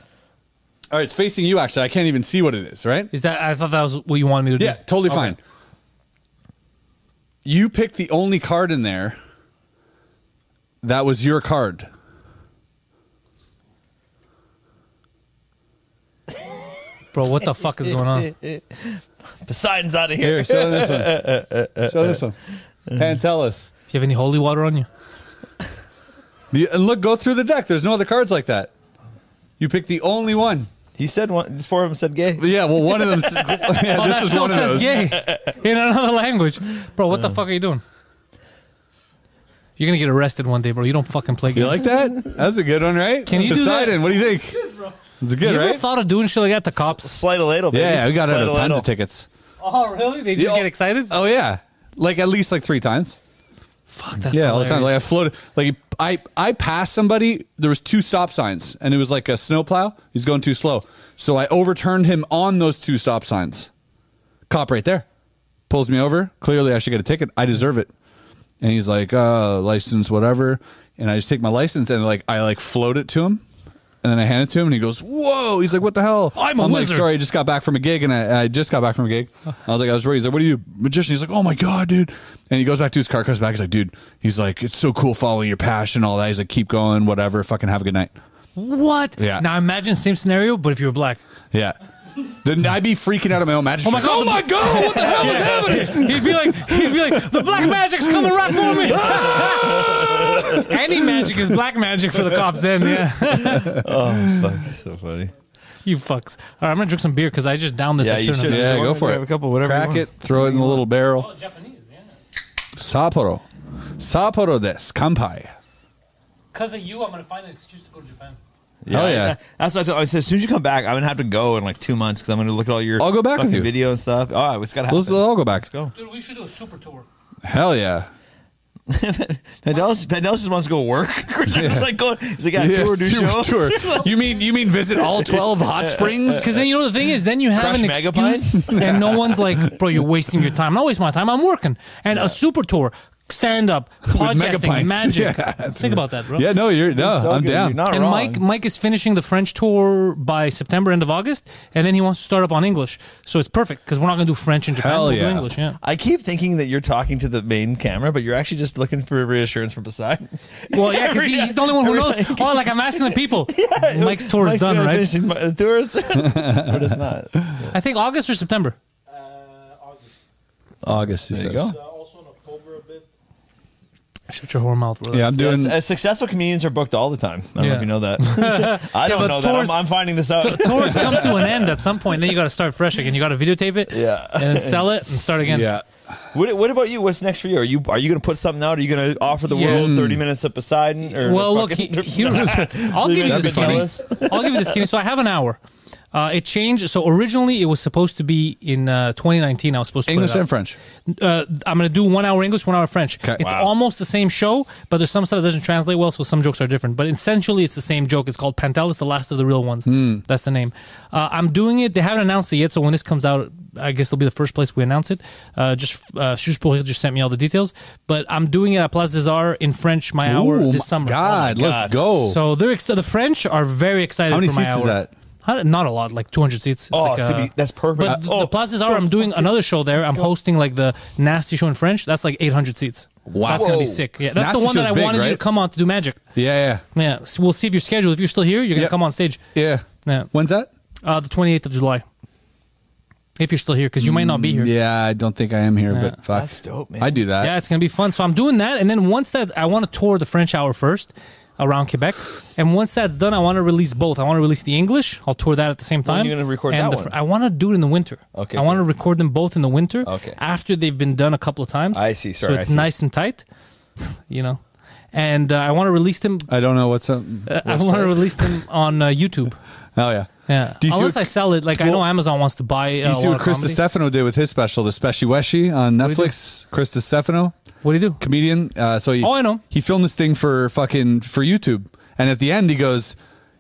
All right, it's facing you actually. I can't even see what it is, right?
Is that? I thought that was what you wanted me to do.
Yeah, totally
Okay.
fine. You picked the only card in there that was your card.
Bro, what the fuck is going on?
Poseidon's out of
Here, show this one. Show this one. Pantelis.
Do you have any holy water on you?
The, and look, go through the deck. There's no other cards like that. You pick the only one.
He said one. Four of them said gay.
Yeah, well, one of them. yeah,
Oh,
this
that
is
still
one of
says
those.
gay in another language. Bro, what the fuck are you doing? You're gonna get arrested one day, bro. You don't fucking play games.
You like that? That's a good one, right?
Can you do that?
Poseidon, what do you think? It's good,
You ever
right?
thought of doing shit like that to cops?
Slight a ladle, baby.
Yeah, yeah, we got
Slight
out
a
of tons
ladle.
of tickets.
Oh, really? They just
Yeah.
get excited?
Oh yeah, like at least like three times.
fuck, that's
yeah, all the time. Like I
hilarious.
floated. Like I I passed somebody. There was two stop signs, and it was like a snowplow. He's going too slow, so I overturned him on those two stop signs. Cop right there pulls me over. Clearly, I should get a ticket. I deserve it. And he's like, uh, license, whatever. And I just take my license and like I like float it to him. And then I hand it to him, and he goes, "Whoa!" He's like, "What the hell?"
I'm a wizard.
Like, Sorry, I just got back from a gig, and I, I just got back from a gig. I was like, I was worried. He's like, "What are you, magician?" He's like, "Oh my god, dude!" And he goes back to his car, comes back. He's like, "Dude," he's like, "It's so cool following your passion, all that." He's like, "Keep going, whatever. Fucking have a good night."
What?
Yeah.
Now imagine same scenario, but if you were black.
Yeah. Then I'd be freaking out of my own magic.
Oh my
trick.
God,
Oh
the-
my god! What the hell is happening?
He'd be like, he'd be like, the black magic's coming right for me. Any magic is black magic for the cops. Then, yeah,
Oh, Fuck, so funny.
you fucks. All right, I'm gonna drink some beer because I just downed this.
Yeah,
I
you
shouldn't have
should.
Yeah,
Yeah,
go
whatever,
for
grab
it.
a couple, whatever you
Crack
want.
it, throw it in a little barrel.
done. Japanese, yeah.
Sapporo. Sapporo des. Kampai.
Because of you, I'm gonna find an excuse to go to Japan.
Yeah,
Hell yeah.
I- That's what I told- I said. As soon as you come back, I'm gonna have to go in like two months because I'm gonna look at all your.
I'll go back with
fucking
you.
Video and stuff. Oh, it's gotta happen.
Let's all go back. Let's
go.
Dude, we should do a super tour.
Hell yeah.
Pandelis, Pandelis just wants to go work. Christian was like going. He's like, yeah,
Yes,
tour, do
super
shows.
tour. You mean you mean visit all twelve hot springs?
Because then you know the thing is, then you have
Crush
an
Megapines?
excuse, and no one's like, "Bro, you're wasting your time." I'm not wasting my time. I'm working, and a super tour, stand up, podcasting,
Megapines.
magic.
Yeah, that's
Think about that, bro.
Yeah, no, you're no,
So
I'm
good,
down.
You're not
and
wrong.
Mike Mike is finishing the French tour by September, end of August, and then he wants to start up on English. So it's perfect because we're not going to do French in Japan.
Hell
we'll do
yeah.
English, yeah.
I keep thinking that you're talking to the main camera, but you're actually just looking for reassurance from Poseidon.
Well, yeah, because he's the only one who
Every-
knows. Oh, like I'm asking the people. Mike's tour
Mike's
is done,
doing
right?
finishing my- the tour is- but it's not.
I think August or September.
August, he
There you
says.
go.
Shut your whore mouth, bro.
Yeah, I'm doing
Uh, successful comedians are booked all the time. I don't know
Yeah.
if you know that. I don't
but
know that.
tours-
I'm, I'm finding this out.
tours come to an end at some point. Then you got to start fresh again. You got to videotape it,
Yeah.
and then sell it and start again.
Yeah.
What, what about you? What's next for you? Are you are you going to put something out? Are you going to offer the
Yeah.
world thirty minutes of Poseidon? Or
Well, look, he,
fucking-
here- I'll give you
That'd
the
be funny.
skinny. I'll give you the skinny. So I have an hour. Uh, it changed. So originally it was supposed to be in uh, 2019. I was supposed to put
English
it
and
out.
French.
uh, I'm going to do one hour English, one hour French.
Okay.
It's
Wow.
almost the same show, but there's some stuff that doesn't translate well, so some jokes are different. But essentially, it's the same joke. It's called Pantelis, the last of the real ones.
Hmm.
That's the name. Uh, I'm doing it. They haven't announced it yet, so when this comes out, I guess it'll be the first place we announce it. Uh, just uh, Juste pour rire just sent me all the details, but I'm doing it at Place des Arts in French, my hour
Ooh,
this
my
summer.
God,
Oh my
let's
God.
go.
So they're ex- the French are very excited
How many
for my
seats
hour.
is that?
How- Not a lot, like 200 seats. It's
Oh,
like,
it's gonna be- that's perfect.
But
Uh, oh,
the pluses are, I'm doing another show there. I'm hosting like the nasty show in French. That's like 800 seats.
Wow.
that's gonna be
Whoa.
sick. Yeah, that's
Nasty
the one that
show's
I
big,
wanted you
right?
to come on to do magic.
Yeah,
Yeah, so we'll see if your schedule. If you're still here, you're gonna
Yep.
come on stage.
yeah, yeah.
Yeah,
When's that?
uh, the 28th of July. If you're still here, because you might not be here.
Yeah, I don't think I am here, but fuck.
That's dope, man.
I do that.
Yeah, it's gonna be fun. So I'm doing that, and then once that I want to tour the French Hour first around Quebec, and once that's done, I want to release both. I want to release the English. I'll tour that at the same time.
are you gonna record
and
that
the
one?
Fr- I want to do it in the winter.
Okay,
I want to
cool.
record them both in the winter.
Okay.
After they've been done a couple of times.
I see,
So
sorry, I
it's
see.
nice and tight, you know. And uh, I want to release them.
I don't know what's up.
uh, I want to release them on uh, YouTube.
Oh yeah.
Yeah.
Do you see
Unless
what-
I sell it, like I know Amazon wants to buy. Uh,
You
a
see
lot
what
of
Chris
comedy.
Stefano did with his special, the Speci Weshi on Netflix. Chris Stefano,
What do you do?
comedian. Uh, so he,
Oh, I know.
He filmed this thing for fucking for YouTube, and at the end he goes,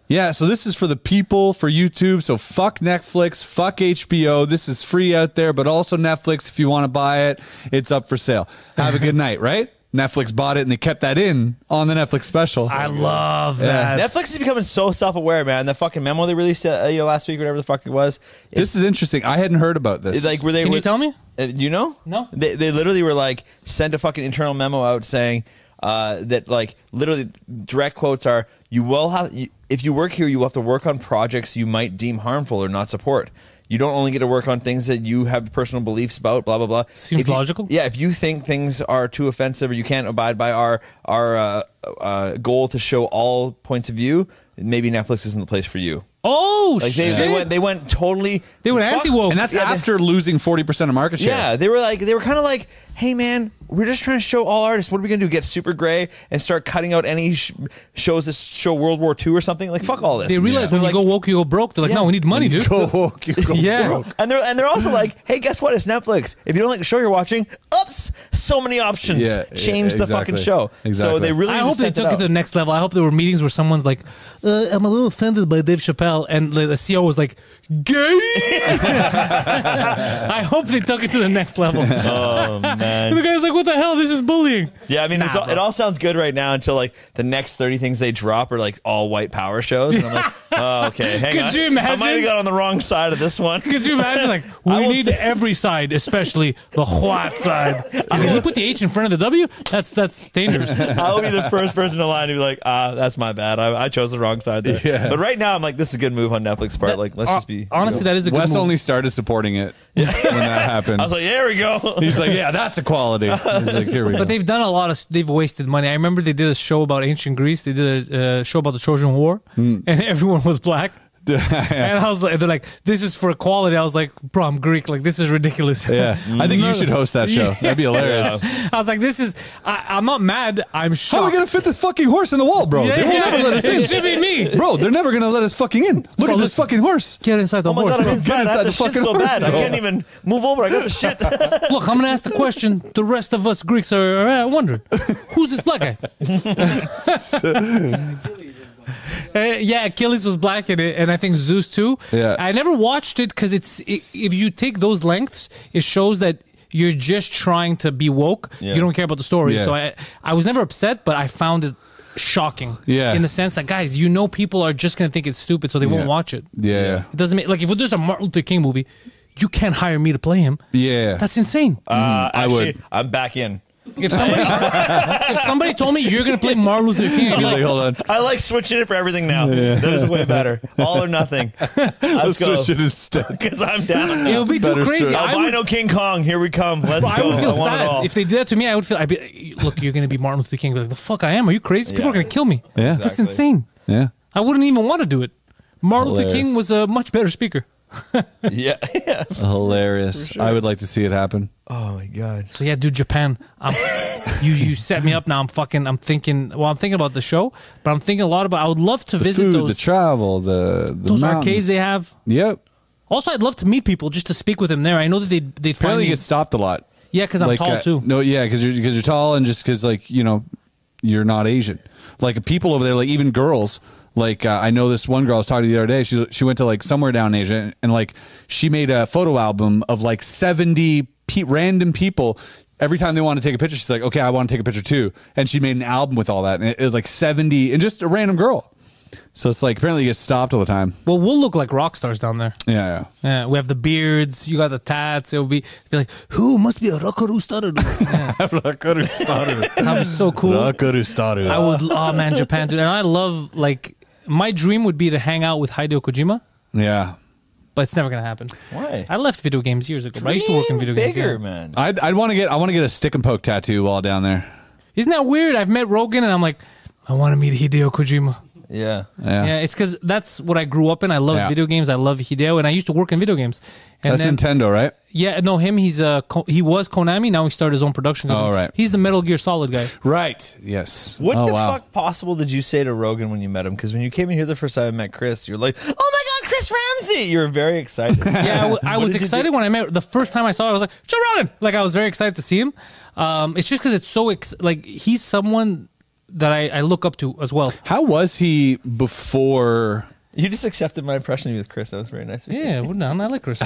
"Yeah, so this is for the people for YouTube. So fuck Netflix, fuck HBO. This is free out there, but also Netflix. If you want to buy it, it's up for sale. Have a good night, right?" Netflix bought it and they kept that in on the Netflix special.
I love that.
Netflix is becoming so self-aware, man. The fucking memo they released uh, you know last week, whatever the fuck it was. It,
this is interesting. I hadn't heard about this.
it, like were they?
Can
were-
you tell me?
Uh, you know?
No.
They they literally were like sent a fucking internal memo out saying uh, that like literally direct quotes are you will have you, if you work here you will have to work on projects you might deem harmful or not support. You don't only get to work on things that you have personal beliefs about, blah blah blah.
Seems
If you-
logical.
yeah, if you think things are too offensive or you can't abide by our our uh, uh, goal to show all points of view, maybe Netflix isn't the place for you.
Oh
Like they,
shit!
they went they went totally
Oh, They went
Fuck-
anti-woke.
and that's
Yeah, they-
after losing forty percent of market share.
yeah, they were like they were kind of like, "Hey man, we're just trying to show all artists. What are we gonna do? Get super gray and start cutting out any sh- shows that show World War II or something? Like fuck all this."
They realize when
They're
you go woke, you go broke. They're like,
Yeah.
no, we need money, dude.
Go woke, you go
yeah.
broke.
and they're and they're also like, "Hey, guess what? It's Netflix. If you don't like the show you're watching, ups, so many options.
Yeah, yeah,
Change the fucking
exactly.
show." So
Exactly.
they really.
I
just
hope they
sent
took it to the
out.
next level. I hope there were meetings where someone's like, uh, I'm a little offended by Dave Chappelle. And the the CEO was like, gay? I hope they took it to the next level.
Oh man.
the guy's like, what the hell? This is bullying.
Yeah, I mean, it's
Nah,
all,
bro.
it all sounds good right now until like the next thirty things they drop are like all white power shows, and I'm like, oh, okay, hang
Could
on.
you
I might
imagine?
have got on the wrong side of this one.
Could you imagine? Like,
I
we
will
need
th-
every side, especially the white side. If you put the H in front of the W, that's that's dangerous.
I'll be the first person in line to be like, ah, that's my bad. I, I chose the wrong side there.
Yeah.
But right now, I'm like, this is a good move on Netflix part. like, let's just be.
Honestly, that is a good
Wes
move.
only started supporting it when that happened.
I was like, there we go.
He's like, yeah, that's equality. He's like, here we go.
But they've done a lot of. They've wasted money. I remember they did a show about ancient Greece. They did a uh, show about the Trojan War,
Hmm.
and everyone was black. And I was like, they're like, this is for equality. I was like, bro, I'm Greek. Like, this is ridiculous.
yeah, I think
No.
you should host that show. That'd be hilarious.
I was like, this is. I, I'm not mad. I'm
How are we
shocked.
gonna fit this fucking horse in the wall, bro?
Yeah,
they will
yeah,
never let us
it
in.
should be me.
Bro, they're never gonna let us fucking in. Look at this
listen.
fucking horse.
Get inside the
Oh my
horse.
god, I'm
bro.
inside. I
inside
have
the
the shit
fucking
so
horse,
bad. I
though.
can't even move over. I got the shit.
Uh,
Look, I'm gonna ask the question. The rest of us Greeks are, are uh, wondering, who's this black guy? Uh, yeah, Achilles was black in it, and I think Zeus too.
Yeah.
I never watched it because it's i if you take those lengths, it shows that you're just trying to be woke.
Yeah.
You don't care about the story.
Yeah.
So I, I was never upset, but I found it shocking.
Yeah.
In the sense that guys, you know, people are just gonna think it's stupid, so they
Yeah.
won't watch it.
Yeah.
It doesn't make like if there's a Martin Luther King movie, you can't hire me to play him.
Yeah.
That's insane.
Uh,
I would.
actually, I'm back in.
If somebody if somebody told me you're gonna play Martin Luther King, I'd
He's
be
like,
like,
hold on.
I like switching it for everything now. That is way better. All or nothing. Let's,
Let's
go.
switch it instead.
Because I'm down.
it would be
better
too crazy.
story. Oh,
I would,
Albino King Kong, here we come. Let's
I
go.
would feel
I want it all.
sad if they did that to me. I would feel. I'd be look, you're gonna be Martin Luther King. I'd be like the fuck I am? Are you crazy? People
Yeah.
are gonna kill me.
Yeah.
that's
Exactly.
insane.
Yeah.
I wouldn't even want to do it. Martin Luther
Hilarious.
King was a much better speaker.
yeah. yeah.
Hilarious. I would like to see it happen.
Oh my god.
So yeah, dude, Japan. I'm, you you set me up now. I'm fucking. I'm thinking. Well, I'm thinking about the show, but I'm thinking a lot about. I would love to
The
visit
food, the
those
travel, the the
those
mountains.
arcades they have.
Yep.
Also, I'd love to meet people just to speak with them there. I know that they they
Apparently,
finally
you get stopped a lot.
yeah, because I'm
like,
tall
uh,
too.
No, yeah, because you're because you're tall and just because like you know you're not Asian. Like people over there, like even girls. Like uh, I know this one girl I was talking to the other day. She she went to like somewhere down Asia and, like she made a photo album of like seventy pe- random people. Every time they want to take a picture, she's like, "Okay, I want to take a picture too." And she made an album with all that, and it, it was like seventy and just a random girl. So it's like apparently you get stopped all the time.
Well, we'll look like rock stars down there.
Yeah, yeah.
Yeah, we have the beards. You got the tats. It'll be, it'll be like, who must be a rocker who started? it?" Yeah, that'd be so cool. I would. Oh man, Japan, dude. And I love like my dream would be to hang out with Hideo Kojima,
Yeah.
but it's never gonna happen.
Why?
I left video games years ago. But I used to work in video games.
bigger,
yeah.
man.
I'd, I'd want to get I want to get a stick and poke tattoo while down there.
Isn't that weird? I've met Rogan, and I'm like, I want to meet Hideo Kojima.
Yeah.
Yeah.
Yeah, it's because that's what I grew up in. I love
Yeah.
video games. I love Hideo, and I used to work in video games. And
That's
then,
Nintendo, right?
yeah, no, him. He's uh, Ko- he was Konami. Now he started his own production.
Oh,
company.
right.
He's the Metal Gear Solid guy.
Right. Yes.
What
Oh,
the
wow.
fuck possible did you say to Rogan when you met him? Because when you came in here the first time I met Chris, you're like, "Oh my god, Chris Ramsey!" You were very excited.
Yeah, I, w- I
What
was
did you
excited when I met the first time I saw. It, I was like Joe Rogan. Like I was very excited to see him. Um, it's just because it's so ex- like he's someone that I, I look up to as well.
How was he before?
do? You just accepted my impression of you with Chris. That was very nice. of you.
Yeah, well, no, I like Chris.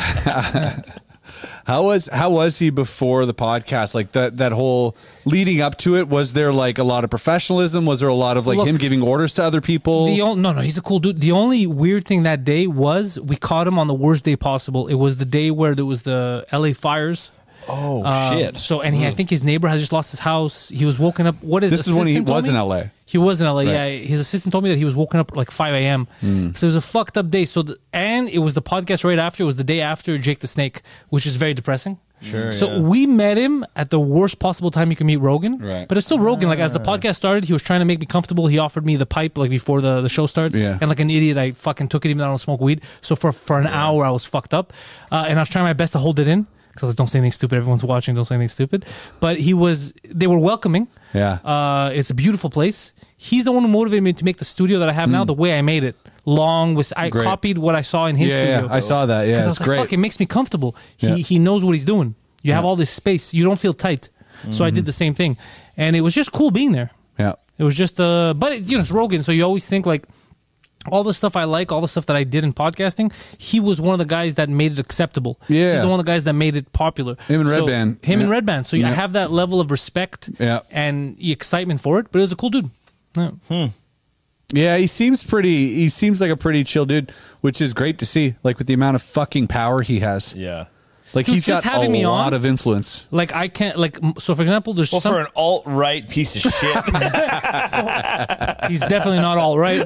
How was how was he before the podcast? Like that that whole leading up to it. Was there like a lot of professionalism? Was there a lot of like
Look,
him giving orders to other people?
The on- no, no, he's a cool dude. The only weird thing that day was we caught him on the worst day possible. It was the day where there was the LA fires.
Oh
Um,
shit.
So and he, I think his neighbor has just lost his house. He was woken up. What is
Hmm. This is when he was in LA.
He was in LA. Yeah,
Right. Hmm.
his assistant told me that he was woken up at like 5 a.m. So it was a fucked up day. So the, and it was the podcast right after. It was the day after Jake the Snake, which is very depressing.
Sure,
So
yeah.
we met him at the worst possible time you can meet Rogan.
Right.
But it's still Rogan. Like as the podcast started, he was trying to make me comfortable. He offered me the pipe like before the, the show starts.
Yeah.
And like an idiot, I fucking took it even though I don't smoke weed. So for for an hour, I was fucked up, uh, and I was trying my best to hold it in because I was don't say anything stupid. Everyone's watching. Don't say anything stupid. But he was. They were welcoming.
Yeah.
Uh, it's a beautiful place. He's the one who motivated me to make the studio that I have now the way I made it. Long was I
Hmm. Great.
copied what I saw in his
yeah,
studio.
yeah, I saw that. Yeah,
Because I
it's
was like,
great.
fuck, it makes me comfortable. He
Yeah.
he knows what he's doing. You have all this space. You don't feel tight. So I
Mm-hmm.
did the same thing, and it was just cool being there.
yeah,
It was just uh, but it, you know, it's Rogan, so you always think like all the stuff I like, all the stuff that I did in podcasting. He was one of the guys that made it acceptable.
Yeah.
he's the one of the guys that made it popular.
Him and Red
So-
Band.
him and
Yeah.
Red Band. So you
Yeah.
have that level of respect,
Yeah. Hmm.
and the excitement for it. But it was a cool dude. Yeah.
yeah. He seems pretty. He seems like a pretty chill dude, which is great to see. Like with the amount of fucking power he has.
yeah.
Like
Dude,
he's
just
got a
having me on-
lot of influence.
Like I can't like m- so. For example, there's
Well,
some,
for an alt right piece of shit,
he's definitely not all right,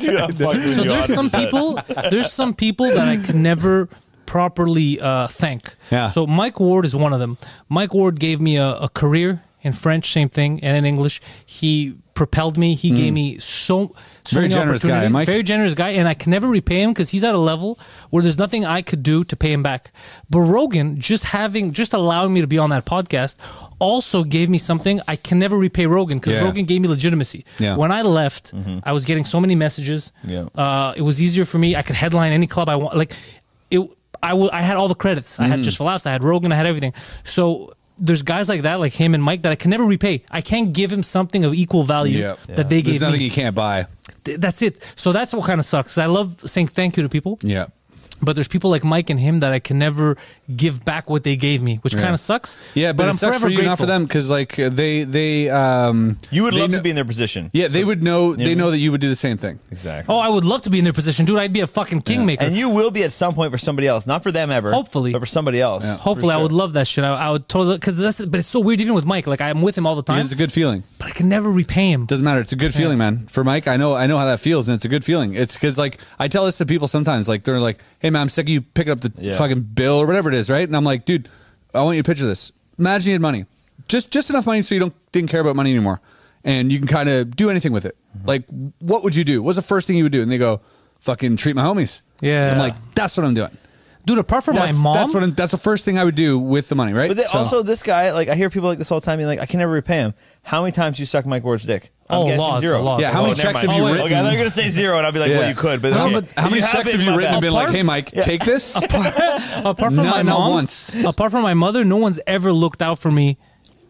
dude, I'm fucking
so
with you
there's some
100%.
people there's some people that i can never properly uh, thank
Yeah.
so mike ward is one of them mike ward gave me a, a career in french same thing and in english he propelled me he gave me so, so
Mm. Very
many
generous guy,
opportunities.
Mike.
very generous guy and i can never repay him because he's at a level where there's nothing i could do to pay him back but rogan just having just allowing me to be on that podcast also gave me something i can never repay rogan because
Yeah.
rogan gave me legitimacy
Yeah. Mm-hmm.
when i left i was getting so many messages
Yeah.
uh, it was easier for me. I could headline any club I want. Like, it. I w- I had all the credits. I
Mm.
had just for laughs. I had Rogan. I had everything. So there's guys like that, like him and Mike, that I can never repay. I can't give him something of equal value
Yep.
that they
There's
gave me.
nothing you can't buy.
Th- That's it. So that's what kind of sucks. I love saying thank you to people,
Yeah.
but there's people like Mike and him that I can never give back what they gave me, which kind of sucks.
Yeah, but, it
I'm
sucks
forever
for you,
grateful
not for them, because like uh, they they um
You would
they
love
kn-
to be in their position.
Yeah, they would know. They
Yeah.
know that you would do the same thing.
exactly.
Oh, I would love to be in their position, dude. I'd be a fucking kingmaker.
and you will be at some point for somebody else, not for them ever.
Hopefully.
but for somebody else.
Hopefully, I would love that shit. I, I would totally because that's. But it's so weird, even with Mike. Like I'm with him all the time.
It's a good feeling.
but I can never repay him.
Doesn't matter. It's a good feeling, man. For Mike, I know I know how that feels, and it's a good feeling. It's because like I tell this to people sometimes. Like they're like, "Hey, man, I'm sick of you picking up the
Yeah.
fucking bill or whatever it is, right?" And I'm like, "Dude, I want you to picture this. Imagine you had money, just just enough money so you don't didn't care about money anymore, and you can kind of do anything with it.
Mm-hmm.
Like, what would you do? What's the first thing you would do?" And they go, "Fucking treat my homies."
Yeah.
And I'm like, "That's what I'm doing."
Dude, apart from
That's,
my mom,
That's what. I'm, that's the first thing I would do with the money, right?
But then
So-
also, this guy, like, I hear people like this all the time. Being like, I can never repay him. How many times you suck Mike Ward's dick? I'm
Oh,
guessing
lots,
zero.
a lot.
Yeah, how many
never
checks
mind.
have you
oh, wait,
written?
Okay, I thought you were gonna say zero, and I'd be like, well,
Yeah.
you could. But
how,
okay.
mu- how
If
many
have
checks
it,
have you
my
written
bad.
and been like,
Apart-
"Hey, Mike, take this"?
apart from
Not-
my
not
mom,
once.
apart from my mother, no one's ever looked out for me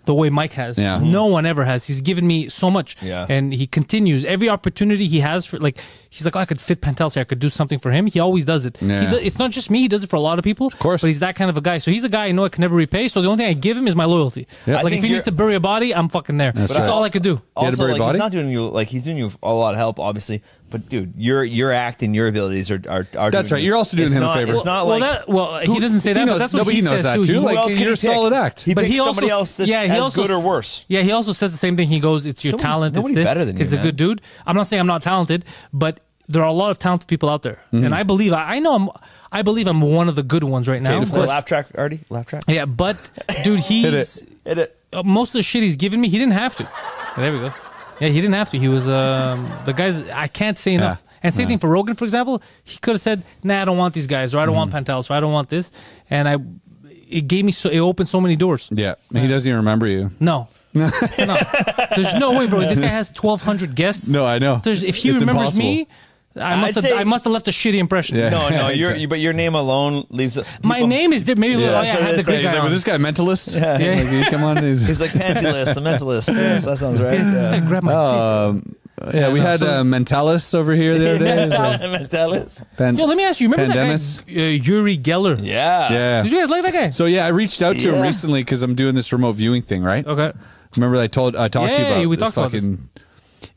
the way Mike has.
Yeah.
No one ever has. He's given me so much.
Yeah.
And he continues every opportunity he has for like he's like oh, I could fit Pantelis here. I could do something for him. He always does it. He
Yeah.
do- it's not just me. He does it for a lot of people. Of
course.
But he's that kind of a guy. So he's a guy I know I can never repay. So the only thing I give him is my loyalty.
I
Like
think
if he
you're-
needs to bury a body, I'm fucking there. That's,
right.
all I could do.
had a
also,
buried
like,
body?
he's not doing you like he's doing you a lot of help, obviously. But dude, your your act and your abilities are are. are
That's
doing
right.
you-
You're also doing
it's
him a
not-
favor.
It's not
well,
like
that, well, he doesn't say
he
that,
knows-
but that's what
nobody
he
knows
says
that
too.
too.
He-
Like,
who else can
you're
he
a solid
pick?
act.
He
but
picks
he also
somebody
s-
else that's
yeah, he
as
also
good or
s-
worse.
Yeah, he also says the same thing. He goes, "It's your
Nobody-
talent. It's
nobody
this.
better than you,
he's a good dude." I'm not saying I'm not talented, but there are a lot of talented people out there,
Mm-hmm.
and I believe I, I know I'm. I believe I'm one of the good ones right now.
Of course. Laugh track, Artie. Laugh track.
Yeah, but dude, he's
Hit it.
uh, most of the shit he's given me. He didn't have to. There we go. Yeah, he didn't have to. He was um, the guys. I can't say enough.
Yeah.
And same thing for Rogan, for example. He could have said, "Nah, I don't want these guys, or I don't
Mm-hmm.
want Pantelis, or I don't want this," and I. It gave me so it opened so many doors.
Yeah, he doesn't even remember you.
No. no. There's no way, bro. This guy has 1,200 guests.
No, I know.
There's, if he
It's
remembers me,
impossible.
I must,
I'd
have,
say-
I must have left a shitty impression.
Yeah.
No, no. Your but your name alone leaves.
My
people-
name is di- maybe
Yeah.
oh, yeah,
So
I had the
it's
great
like-
guy.
He's like,
on.
was this guy a mentalist? Yeah.
Yeah.
come on. He's-
He's like Pantelist, the Mentalist. Yes, that sounds right.
This guy
Yeah.
grabbed my dick.
um, yeah, we
no,
had
so-
uh, Mentalis over here the other day. so-
Mentalist.
Pan-
Yo, let me ask you. Remember
Pandemus?
that guy, uh, Yuri Geller?
Yeah.
yeah.
Did you guys like that guy?
So yeah, I reached out to him
Yeah.
recently because I'm doing this remote viewing thing, right?
okay.
Remember I told I talked to you
Yeah,
about
we
this
talked about this.
fucking-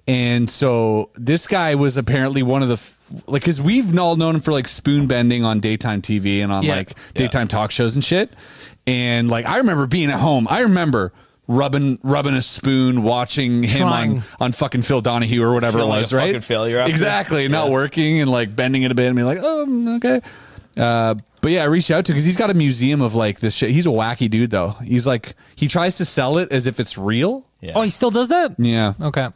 And so this guy was apparently one of the f- like because we've all known him for like spoon bending on daytime TV and on
Yeah.
like daytime talk shows and shit. And like I remember being at home, I remember rubbing rubbing a spoon, watching him
Trying.
on on fucking Phil Donahue or whatever
Feeling
it
like
was,
a
right?
fucking failure after.
exactly, not working and like bending it a bit and being like, oh mm, okay. Uh, but yeah, I reached out to because he's got a museum of like this shit. He's a wacky dude though. He's like he tries to sell it as if it's real.
Yeah.
Oh, he still does that?
Yeah.
Okay.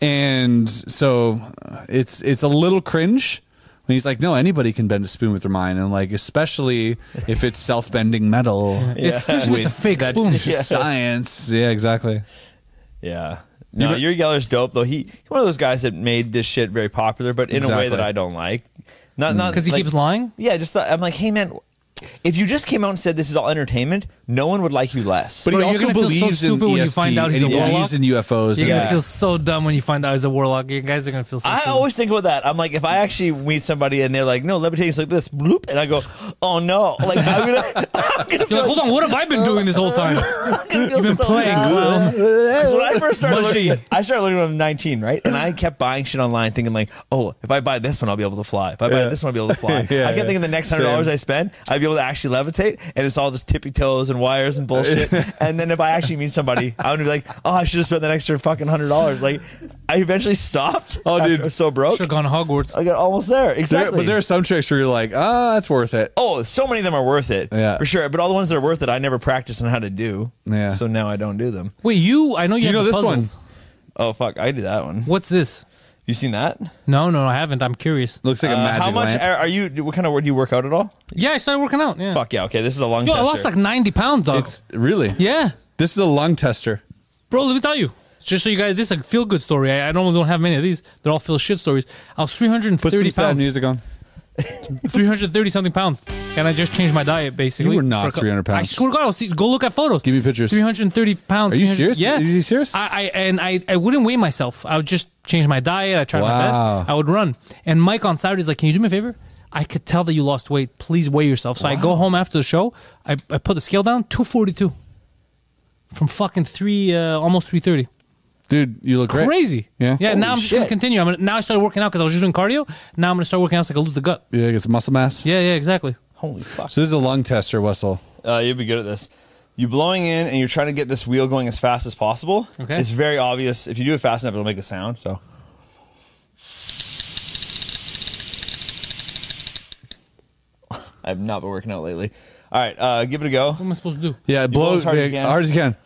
And so uh, it's it's a little cringe when he's like, no, anybody can bend a spoon with their mind, and like especially if it's self bending metal.
It's- Especially with a fake
That's
spoon.
just science. Yeah, exactly.
Yeah. No, Yuri Geller's dope though. He he's one of those guys that made this shit very popular, but in a way
Exactly.
that I don't like. Not not
'Cause he
like-
keeps lying?
Yeah, just the, I'm like, hey man, if you just came out and said this is all entertainment, no one would like you less.
But
Bro,
he
you're
also
gonna feel so
believes
stupid
in
when you
ESP,
find out he's
and he
a warlock.
believes in UFOs.
You're
and-
gonna
Yeah.
feel so dumb when you find out he's a warlock. You guys are gonna feel so.
I
stupid.
always think about that. I'm like, if I actually meet somebody and they're like, no, levitating's like this, bloop, and I go, oh no, like I'm gonna, I'm gonna
You're like, hold on, what have I been doing this whole time?
You've
been playing, clown.
Because when I first started,
Mushy.
learning, I started learning when I'm 19, right? And I kept buying shit online, thinking like, "Oh, if I buy this one, I'll be able to fly. If I buy this one, I'll be able to fly."
Yeah,
I kept
yeah.
thinking the next hundred dollars
Same.
I spend, I'd be able to actually levitate, and it's all just tippy toes and wires and bullshit. and then if I actually meet somebody, I'm gonna be like, "Oh, I should have spent that extra fucking hundred dollars." Like, I eventually stopped.
Oh,
after
dude.
I was so broke.
Should have gone to Hogwarts.
I got almost there.
There-
Exactly.
but there are some tricks where you're like, ah, it's worth it.
Oh, so many of them are worth it,
Yeah.
for sure. But all the ones that are worth it, I never practiced on how to do.
Yeah.
So now I don't do them.
Wait, you? I know you,
you
have
know
the
this one?
puzzles.
Oh fuck, I do that one.
What's this?
You seen that?
No, no, I haven't. I'm curious.
Looks like a
Uh,
magic
how much
lamp.
are, are you? What kind of do you work out at all?
Yeah, I started working out. Yeah.
Fuck yeah. Okay, this is a long.
Yo, I
tester.
lost like 90 pounds, dog.
It's- really?
yeah,
This is a lung tester.
bro. Let me tell you. Just so you guys, this is a feel good story. I, I normally don't have many of these. They're all feel shit stories. I was 330
Put some sad
pounds,
music on.
330 something pounds, and I just changed my diet basically.
You were not
for a cou-
300 pounds.
I swear to God, I'll see, go look at photos.
Give me pictures.
330 pounds.
Are you
300
serious?
Yeah.
Is he serious?
I, I and I, I wouldn't weigh myself. I would just change my diet. I tried my
Wow.
best. I would run. And Mike on Saturday's like, "Can you do me a favor? I could tell that you lost weight. Please weigh yourself." So I go home after the show. I, I put the scale down, two forty two, from fucking three, uh, almost three thirty.
Dude, you look great.
Crazy.
Yeah.
Yeah. now
Holy
I'm just gonna
shit.
continue. I'm gonna, now I started working out because I was just doing cardio. Now I'm gonna start working out so I can lose the gut.
Yeah, it's muscle mass.
Yeah. Yeah. Exactly.
holy fuck.
So this is a lung tester, Wessel.
Uh, you'd be good at this. You're blowing in and you're trying to get this wheel going as fast as possible.
Okay.
It's very obvious. If you do it fast enough, it'll make a sound. So. I've not been working out lately. All right, uh, give it a go.
What am I supposed to do?
Yeah,
blow
blow
as hard as you
yeah,
can.
hard as you can.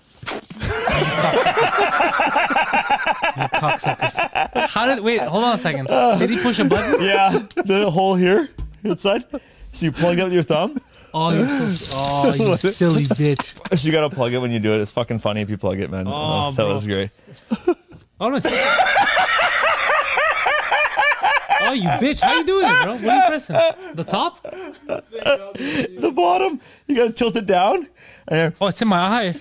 Cocksuckers. How did? Wait. Hold on a second. Did he push a button?
Yeah, the hole here, inside. So you plug it with your thumb.
Oh, you so, oh, you silly bitch.
So you gotta plug it when you do it. It's fucking funny if you plug it, man. Uh,
Oh,
that
bro.
was great.
Hold on a second. Oh, you bitch! How you doing it, bro? What are you pressing? The top?
The bottom, you gotta tilt it down. And
Oh, it's in my eye.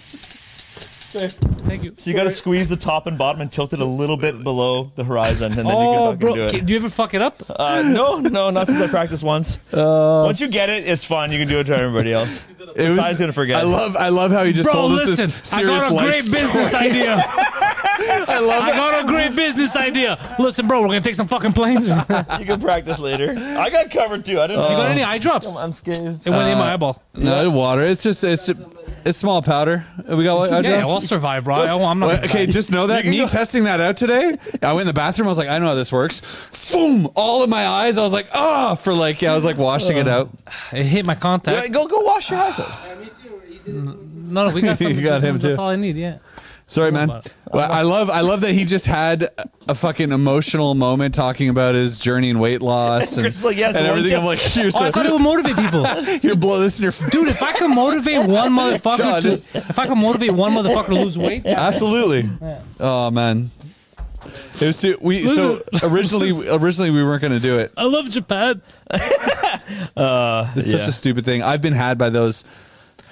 Thank you.
So you got to squeeze the top and bottom and tilt it a little bit below the horizon, and then
Oh,
you can fucking
bro,
do
do,
it.
do you ever fuck it up?
Uh, no, no, not since I practiced once.
Uh,
Once you get it, it's fun. You can do it to everybody else.
It was-
Besides, gonna forget.
I love, I love how you just
Bro,
told us
listen,
this
I
serious
got a
life
great
story.
business idea.
I love
I got a great business idea. Listen, bro, we're gonna take some fucking planes. you got
You can practice later. I got covered too. I didn't. I
Uh, any eye drops?
I'm scared.
It went in my eyeball.
No, it's water. It's just it's it's small powder. We got. I
Yeah,
just-
I'll survive, bro. I- I'm not.
Well,
gonna
okay,
die.
just know that me testing that out today. I went in the bathroom. I was like, I know how this works. Boom! All in my eyes. I was like, ah, for like I was like washing it out.
it hit my
Yeah,
contact.
go go wash your eyes. up.
Yeah, me too. He did it.
No, no, we got
You
something.
got him
That's
too.
all I need. Yeah.
Sorry, man.
about it.
Well, I love I love that he just had a fucking emotional moment talking about his journey in weight loss and,
Chris is like, yes,
and
one
everything.
test.
I'm like, you're
Oh, I
so
thought it would motivate people.
you're blow this in your f-
Dude, if I can motivate one motherfucker
God,
to,
this-
if I can motivate one motherfucker to lose weight,
absolutely. Oh man. It was too, we so originally originally we weren't gonna do it.
I love Japan.
It's
Yeah.
such a stupid thing. I've been had by those.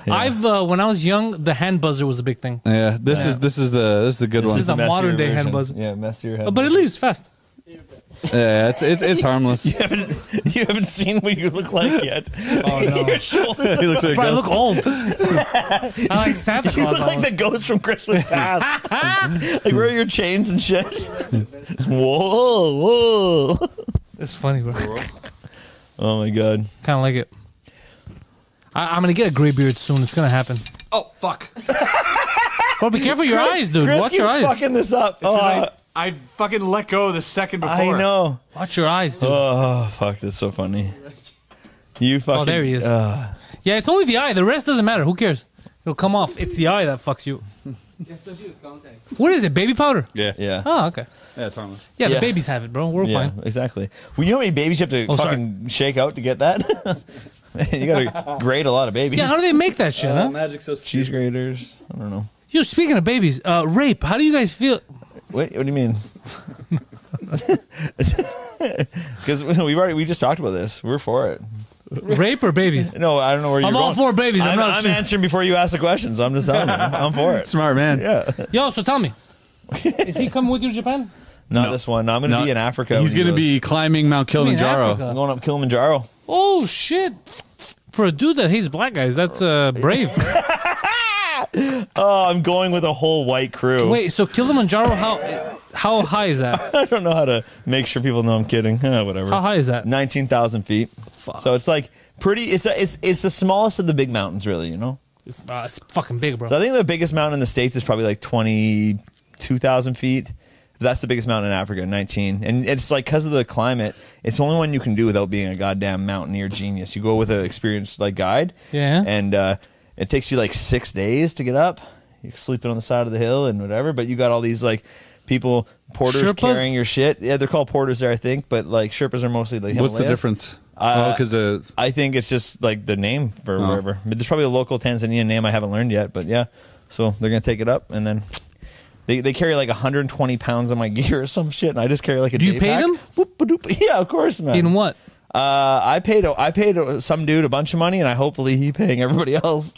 I've uh, when I was young, the hand buzzer was a big thing,
Yeah, this is this is the this is the good one.
This is the
messier
modern day
version.
hand buzzer.
Yeah, messier
Uh,
hand.
but it leaves fast.
Yeah, it's it's, it's harmless.
You haven't, you haven't seen what you look like yet.
Oh no,
Your shoulders.
he looks like a
Bro, I
ghost.
look old. I like Santa
You
Claus.
look like
almost.
the ghost from Christmas Past. like where are your chains and shit? whoa, whoa.
It's funny, bro.
Oh my god.
Kind of like it. I, I'm gonna get a gray beard soon. It's gonna happen.
Oh fuck!
Bro, be careful your eyes, dude.
Chris
Watch
keeps
your eyes.
fucking this up. Oh,
I, I fucking let go the second before.
I know.
Watch your eyes, dude.
Oh fuck, that's so funny. You fucking.
Oh, there he is.
uh,
yeah, it's only the eye. The rest doesn't matter. Who cares? It'll come off. It's the eye that fucks you.
Especially with contact.
What is it? Baby powder.
Yeah.
yeah.
Oh, okay.
Yeah, it's harmless.
Yeah,
Yeah.
the babies have it, bro. We're
Yeah,
fine.
exactly. Well, you know how many babies you have to
Oh, sorry.
fucking shake out to get that? you gotta grate a lot of babies.
Yeah, how do they make that shit? huh?
magic's so stupid.
Cheese graters. I don't know.
Yo, speaking of babies, uh, rape. How do you guys feel?
What, what do you mean? Because we've already we just talked about this. We're for it.
Rape or babies?
No, I don't know where you're
I'm all
going.
for babies. I'm
I'm,
not
I'm
sure.
answering before you ask the questions. I'm just telling you. I'm for it.
Smart man.
Yeah,
Yo, so tell me, is he coming with you to Japan?
not this one. No, I'm gonna
Not-
be in Africa.
He's
when
gonna
he
be
goes.
climbing Mount
I mean,
Kilimanjaro.
I'm
Africa.
going up Kilimanjaro.
Oh shit! For a dude that hates black guys, that's uh, brave.
Oh, I'm going with a whole white crew.
Wait, so Kilimanjaro, how how high is that?
I don't know how to make sure people know I'm kidding. Eh, whatever.
How high is that?
Nineteen thousand feet.
Fuck.
So it's like pretty. It's a, it's it's the smallest of the big mountains, really. You know.
It's, uh, it's fucking big, bro.
So I think the biggest mountain in the states is probably like twenty two thousand feet. That's the biggest mountain in Africa, nineteen. And it's like because of the climate, it's the only one you can do without being a goddamn mountaineer genius. You go with an experienced like guide.
Yeah.
And uh, it takes you like six days to get up. You're sleeping on the side of the hill and whatever, but you got all these like people porters
Sherpas?
carrying your shit. Yeah, they're called porters there, I think, but like Sherpas are mostly like
What's the
Himalayas.
difference? oh,
Uh,
because uh,
I think it's just like the name for
Oh.
wherever. But there's probably a local Tanzanian name I haven't learned yet. But yeah, so they're gonna take it up and then they, they carry like 120 pounds on my gear or some shit, and I just carry like a.
Do you
day
pay
pack.
them?
Boop, ba-doop. Yeah, of course, man.
In what?
Uh, I paid a, I paid a, some dude a bunch of money, and I hopefully he paying everybody else.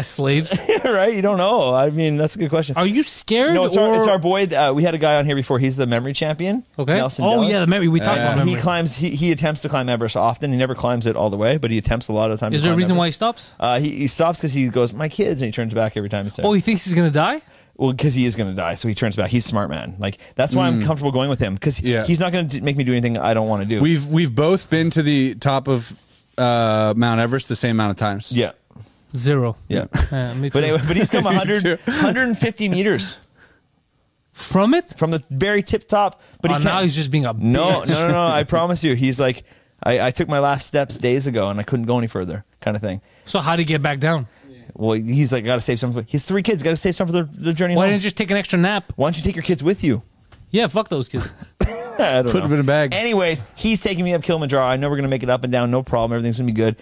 slaves.
right? You don't know. I mean, that's a good question.
Are you scared?
no, it's our,
or-
it's our boy. Uh, we had a guy on here before. He's the memory champion.
Okay.
Nelson
oh
Dallas.
yeah, the memory we talked about.
He
Memory.
climbs. He, he attempts to climb Everest often. He never climbs it all the way, but he attempts a lot of times.
Is there a reason why he stops?
Uh, he, he stops because he goes, my kids, and he turns back every time he's there.
Oh, he thinks he's gonna die.
well, because he is going to die, so he turns back. He's a smart man. Like that's why
Mm.
I'm comfortable going with him because
Yeah.
he's not going to make me do anything I don't want to do.
we've we've both been to the top of uh, Mount Everest the same amount of times.
yeah,
Zero.
yeah.
Yeah, me
But
too.
anyway, but he's come 100,
too.
150 meters
From it?
from the very tip top. But
Oh,
he
now
can't.
he's just being a
no,
bitch.
no, no, no. I promise you, he's like, I, I took my last steps days ago and I couldn't go any further, kind of thing.
So how do you get back down?
Well, he's like, got to save some. For, he's three kids. Got to save some for their, their journey.
Why
home.
didn't you just take an extra nap?
Why don't you take your kids with you?
Yeah, fuck those kids.
I don't
Put
know.
him in a bag.
Anyways, he's taking me up Kilimanjaro. I know we're gonna make it up and down, no problem. Everything's gonna be good.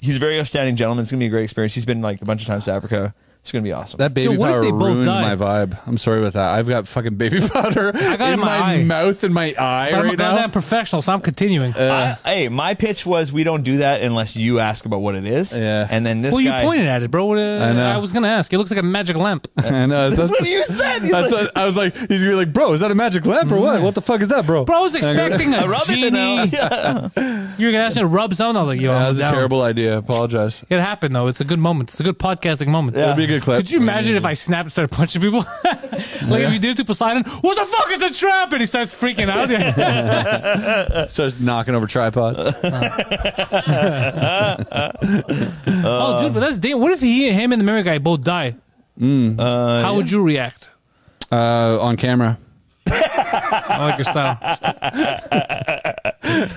He's a very upstanding gentleman. It's gonna be a great experience. He's been like a bunch of times to Africa. It's gonna be awesome.
That baby
Yo, what if
powder
they both
ruined
die?
my vibe. I'm sorry about that. I've got fucking baby powder
got it
in
in my
my,
eye.
mouth and my eye
But I'm a
right now.
goddamn professional, so I'm continuing.
uh,
I- hey, my pitch was we don't do that unless you ask about what it is.
Yeah.
And then this
well,
guy.
you pointed at it, bro. What, uh, I,
know.
was gonna ask. It looks like a magic lamp.
And, uh,
That's
that's
what you said. Mm. He's
that's
like,
what- I was like, he's gonna be like, bro, is that a magic lamp or what? What the fuck is that, bro?
Bro, I was expecting a
rub it in
genie. You were gonna ask me to rub something. I was like, yo,
that
I'm
was a
down.
terrible idea. Apologize.
It happened though. It's a good moment. It's a good podcasting moment.
Yeah.
It'll be a good clip.
Could you imagine if I snapped and started punching people? like if you did it to Poseidon, what the fuck is a trap? And he starts freaking out.
starts knocking over tripods?
oh, dude, but that's damn. What if he, him, and the mirror guy both die? How would you react?
uh, on camera.
I like your style.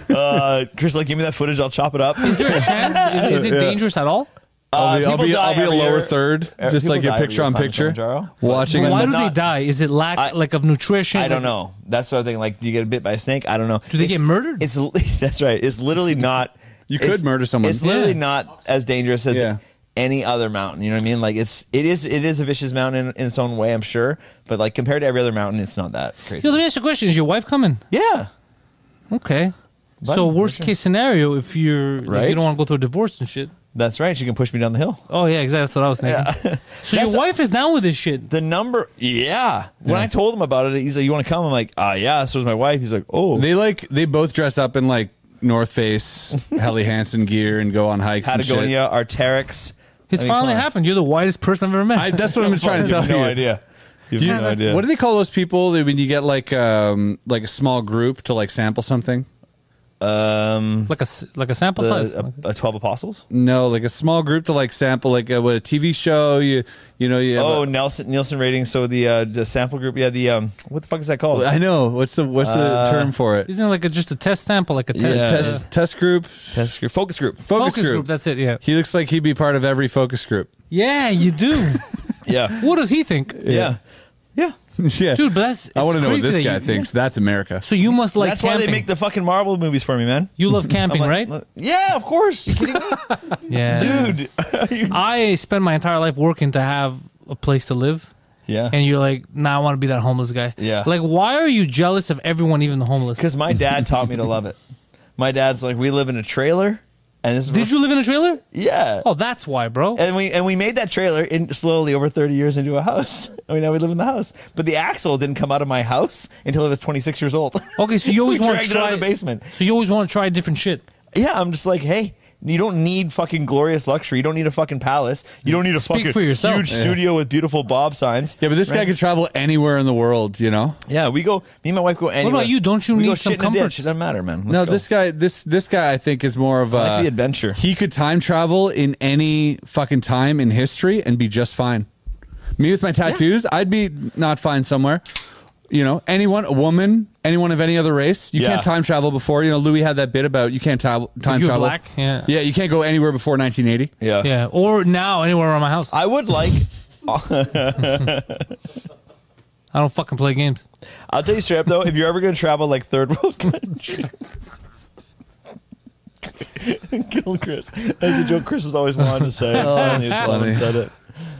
uh, Chris, like, give me that footage. I'll chop it up. Uh,
Is there a chance? Is, is it dangerous at all?
I'll be, I'll
people
be,
die
I'll be a
every
lower
year.
third,
Er,
just
people
like a
die every
picture
year
on
climbing
picture,
Kilimanjaro.
watching.
But
and
why do
then-
they
not-
die? Is it lack
I-
like of nutrition?
I don't
Like-
know. That's sort of thing. Like, do you get bit by a snake? I don't know.
Do they
It's-
get murdered?
It's li- that's right. It's literally not.
You could
it's-
murder someone.
It's literally
Yeah.
not as dangerous as
Yeah.
any other mountain. You know what I mean? Like, it's it is it is a vicious mountain in, in its own way. I'm sure, but like compared to every other mountain, it's not that crazy.
Yo, let me ask you a question. Is your wife coming?
yeah.
Okay. so
Button, for
worst
sure.
case scenario, if you're like, you
Right?
don't want to go through a divorce and shit.
That's right. She can push me down the hill.
Oh yeah, exactly. That's what I was thinking. so your
That's-
wife is down with this shit.
The number, yeah. When I told him about it, he's like, "You want to come?" I'm like, "Ah, yeah." So is my wife. He's like, "Oh,
They like they both dress up in like North Face, Helly Hansen gear, and go on hikes. and shit.
Patagonia, Arteryx." I mean,
It's finally
come on.
happened. You're the whitest person I've ever met.
I, that's what I'm trying to
You
tell
have no
you.
idea. You have
Do you-
no idea.
What do they call those people that when you get like um like a small group to like sample something?
um,
like a s- like a sample size.
the uh, Twelve Apostles.
No, like a small group to like sample like a, what, a TV show. You you know you. have
Oh,
a-
Nelson Nielsen rating. So the uh, the sample group. Yeah, the um, what the fuck is that called?
I know. What's the what's
Uh,
the term for it?
Isn't it like a, just a test sample, like a test,
Yeah.
Test test group.
Test group, focus group.
Focus, group.
That's it. Yeah.
He looks like he'd be part of every focus group.
Yeah, you do.
Yeah,
what does he think,
yeah, yeah.
yeah,
dude? But that's
I want to know what this guy
you,
thinks. That's America.
So you must like
That's why
camping.
they make the fucking Marvel movies for me, man.
you love camping,
Like,
right?
like, Yeah, of course. You kidding me,
yeah,
dude? You-
I spent my entire life working to have a place to live.
yeah.
and you're like, nah, I want to be that homeless guy.
Yeah.
Like, why are you jealous of everyone, even the homeless?
Because my dad taught me to love it. My dad's like, we live in a trailer, and this is
Did you live in a trailer?
yeah.
Oh, that's why, bro.
And we and we made that trailer in slowly over thirty years into a house. I mean, now we live in the house, but the axle didn't come out of my house until I was twenty six years old.
Okay, so you
we
always want to
dragged it out
try
of the basement.
So you always want to try different shit.
Yeah, I'm just like, hey, you don't need fucking glorious luxury. You don't need a fucking palace. You don't need a
Speak
fucking
for yourself.
huge
Yeah.
studio with beautiful Bob signs.
yeah, but this guy could travel anywhere in the world. You know.
Yeah, we go. Me and my wife go anywhere.
about you? Don't you
we go
need some
shit in a ditch.
comforts?
It doesn't matter, man. Let's
no,
go.
this guy, this this guy, I think is more of a
like the adventure.
He could time travel in any fucking time in history and be just fine. Me with my tattoos, I'd be not fine somewhere. You know, anyone, a woman, anyone of any other race, you
Yeah.
can't time travel before. You know, Louis had that bit about you can't time time
you're
travel.
black, yeah.
yeah, you can't go anywhere before 1980.
Yeah.
Yeah. Or now, anywhere around my house. I,
I would like.
don't fucking play games.
I'll tell you straight up though, if you're ever going to travel like third world country, kill Chris. That's a joke Chris was always wanting to say.
Oh,
Finally,
that's
it's when he
funny.
Said it.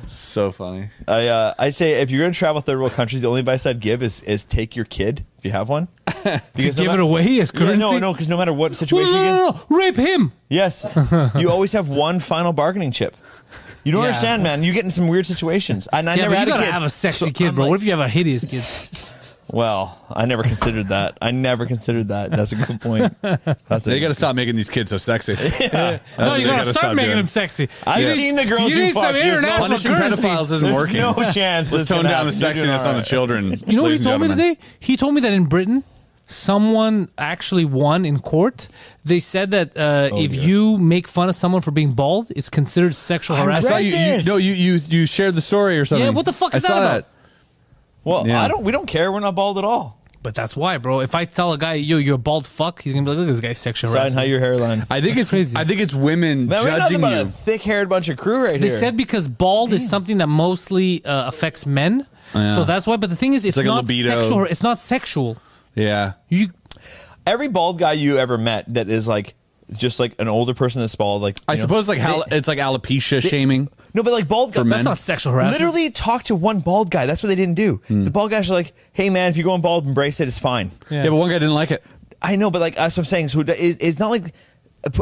So funny.
I uh, I say if you're going to travel third world countries, the only advice I'd give is is take your kid if you have one. Because
Give
no
it
ma-
away as currency.
Yeah, no, no, because no matter what
No,
situation
no,
you get,
no, no, rape him.
yes, you always have one final bargaining chip. You don't
Yeah.
understand, man. You get in some weird situations, and I
Yeah,
never
but you
had a
gotta
kid.
have a sexy
So
kid,
I'm
bro.
like,
what if you have a hideous kid?
well, I never considered that. I never considered that. That's a good point. That's
They
a
got to stop making these kids so sexy.
No, you
they
gotta
gotta
start
stop
making
doing.
him sexy.
I've
You-
seen the girls
you
who
need
fuck.
some
You have no-
international
Punishing
currency.
pedophiles isn't
There's
working.
no
Let's
chance. this
tone
can
down the
happen. You're
sexiness
doing
on the
alright.
children.
You know what he told me today? He told me that in Britain, someone actually won in court. They said that uh,
Oh,
if you make fun of someone for being bald, it's considered sexual
I saw
harassment.
you, you.
Redness.
No, you you you shared the story or something.
Yeah, what the fuck is
I saw
that about?
Well,
Yeah.
I don't. We don't care. We're not bald at all.
But that's why, bro. If I tell a guy, yo, you're a bald fuck, he's gonna be like, look at this guy sexual
Sign how
harassment.
your hairline.
I think
That's
it's
crazy.
I think it's women
Man, we're nothing
judging
but a
you.
thick-haired bunch of crew right
They
here.
said because bald is something that mostly uh, affects men,
Oh, Yeah.
so that's why. But the thing is, it's,
like a
not
libido.
sexual. It's not sexual.
Yeah.
You
every bald guy you ever met that is like just like an older person that's bald. Like
I
you know?
suppose like hal-
They-
it's like alopecia shaming.
no, but like bald guys.
For men.
That's not sexual harassment.
Literally talk to one bald guy. That's what they didn't do.
Hmm.
The bald guys are like, "Hey man, if you're going bald, embrace it. It's fine."
Yeah. but one guy didn't like it.
I know, but like that's what I'm saying. So it- it's not like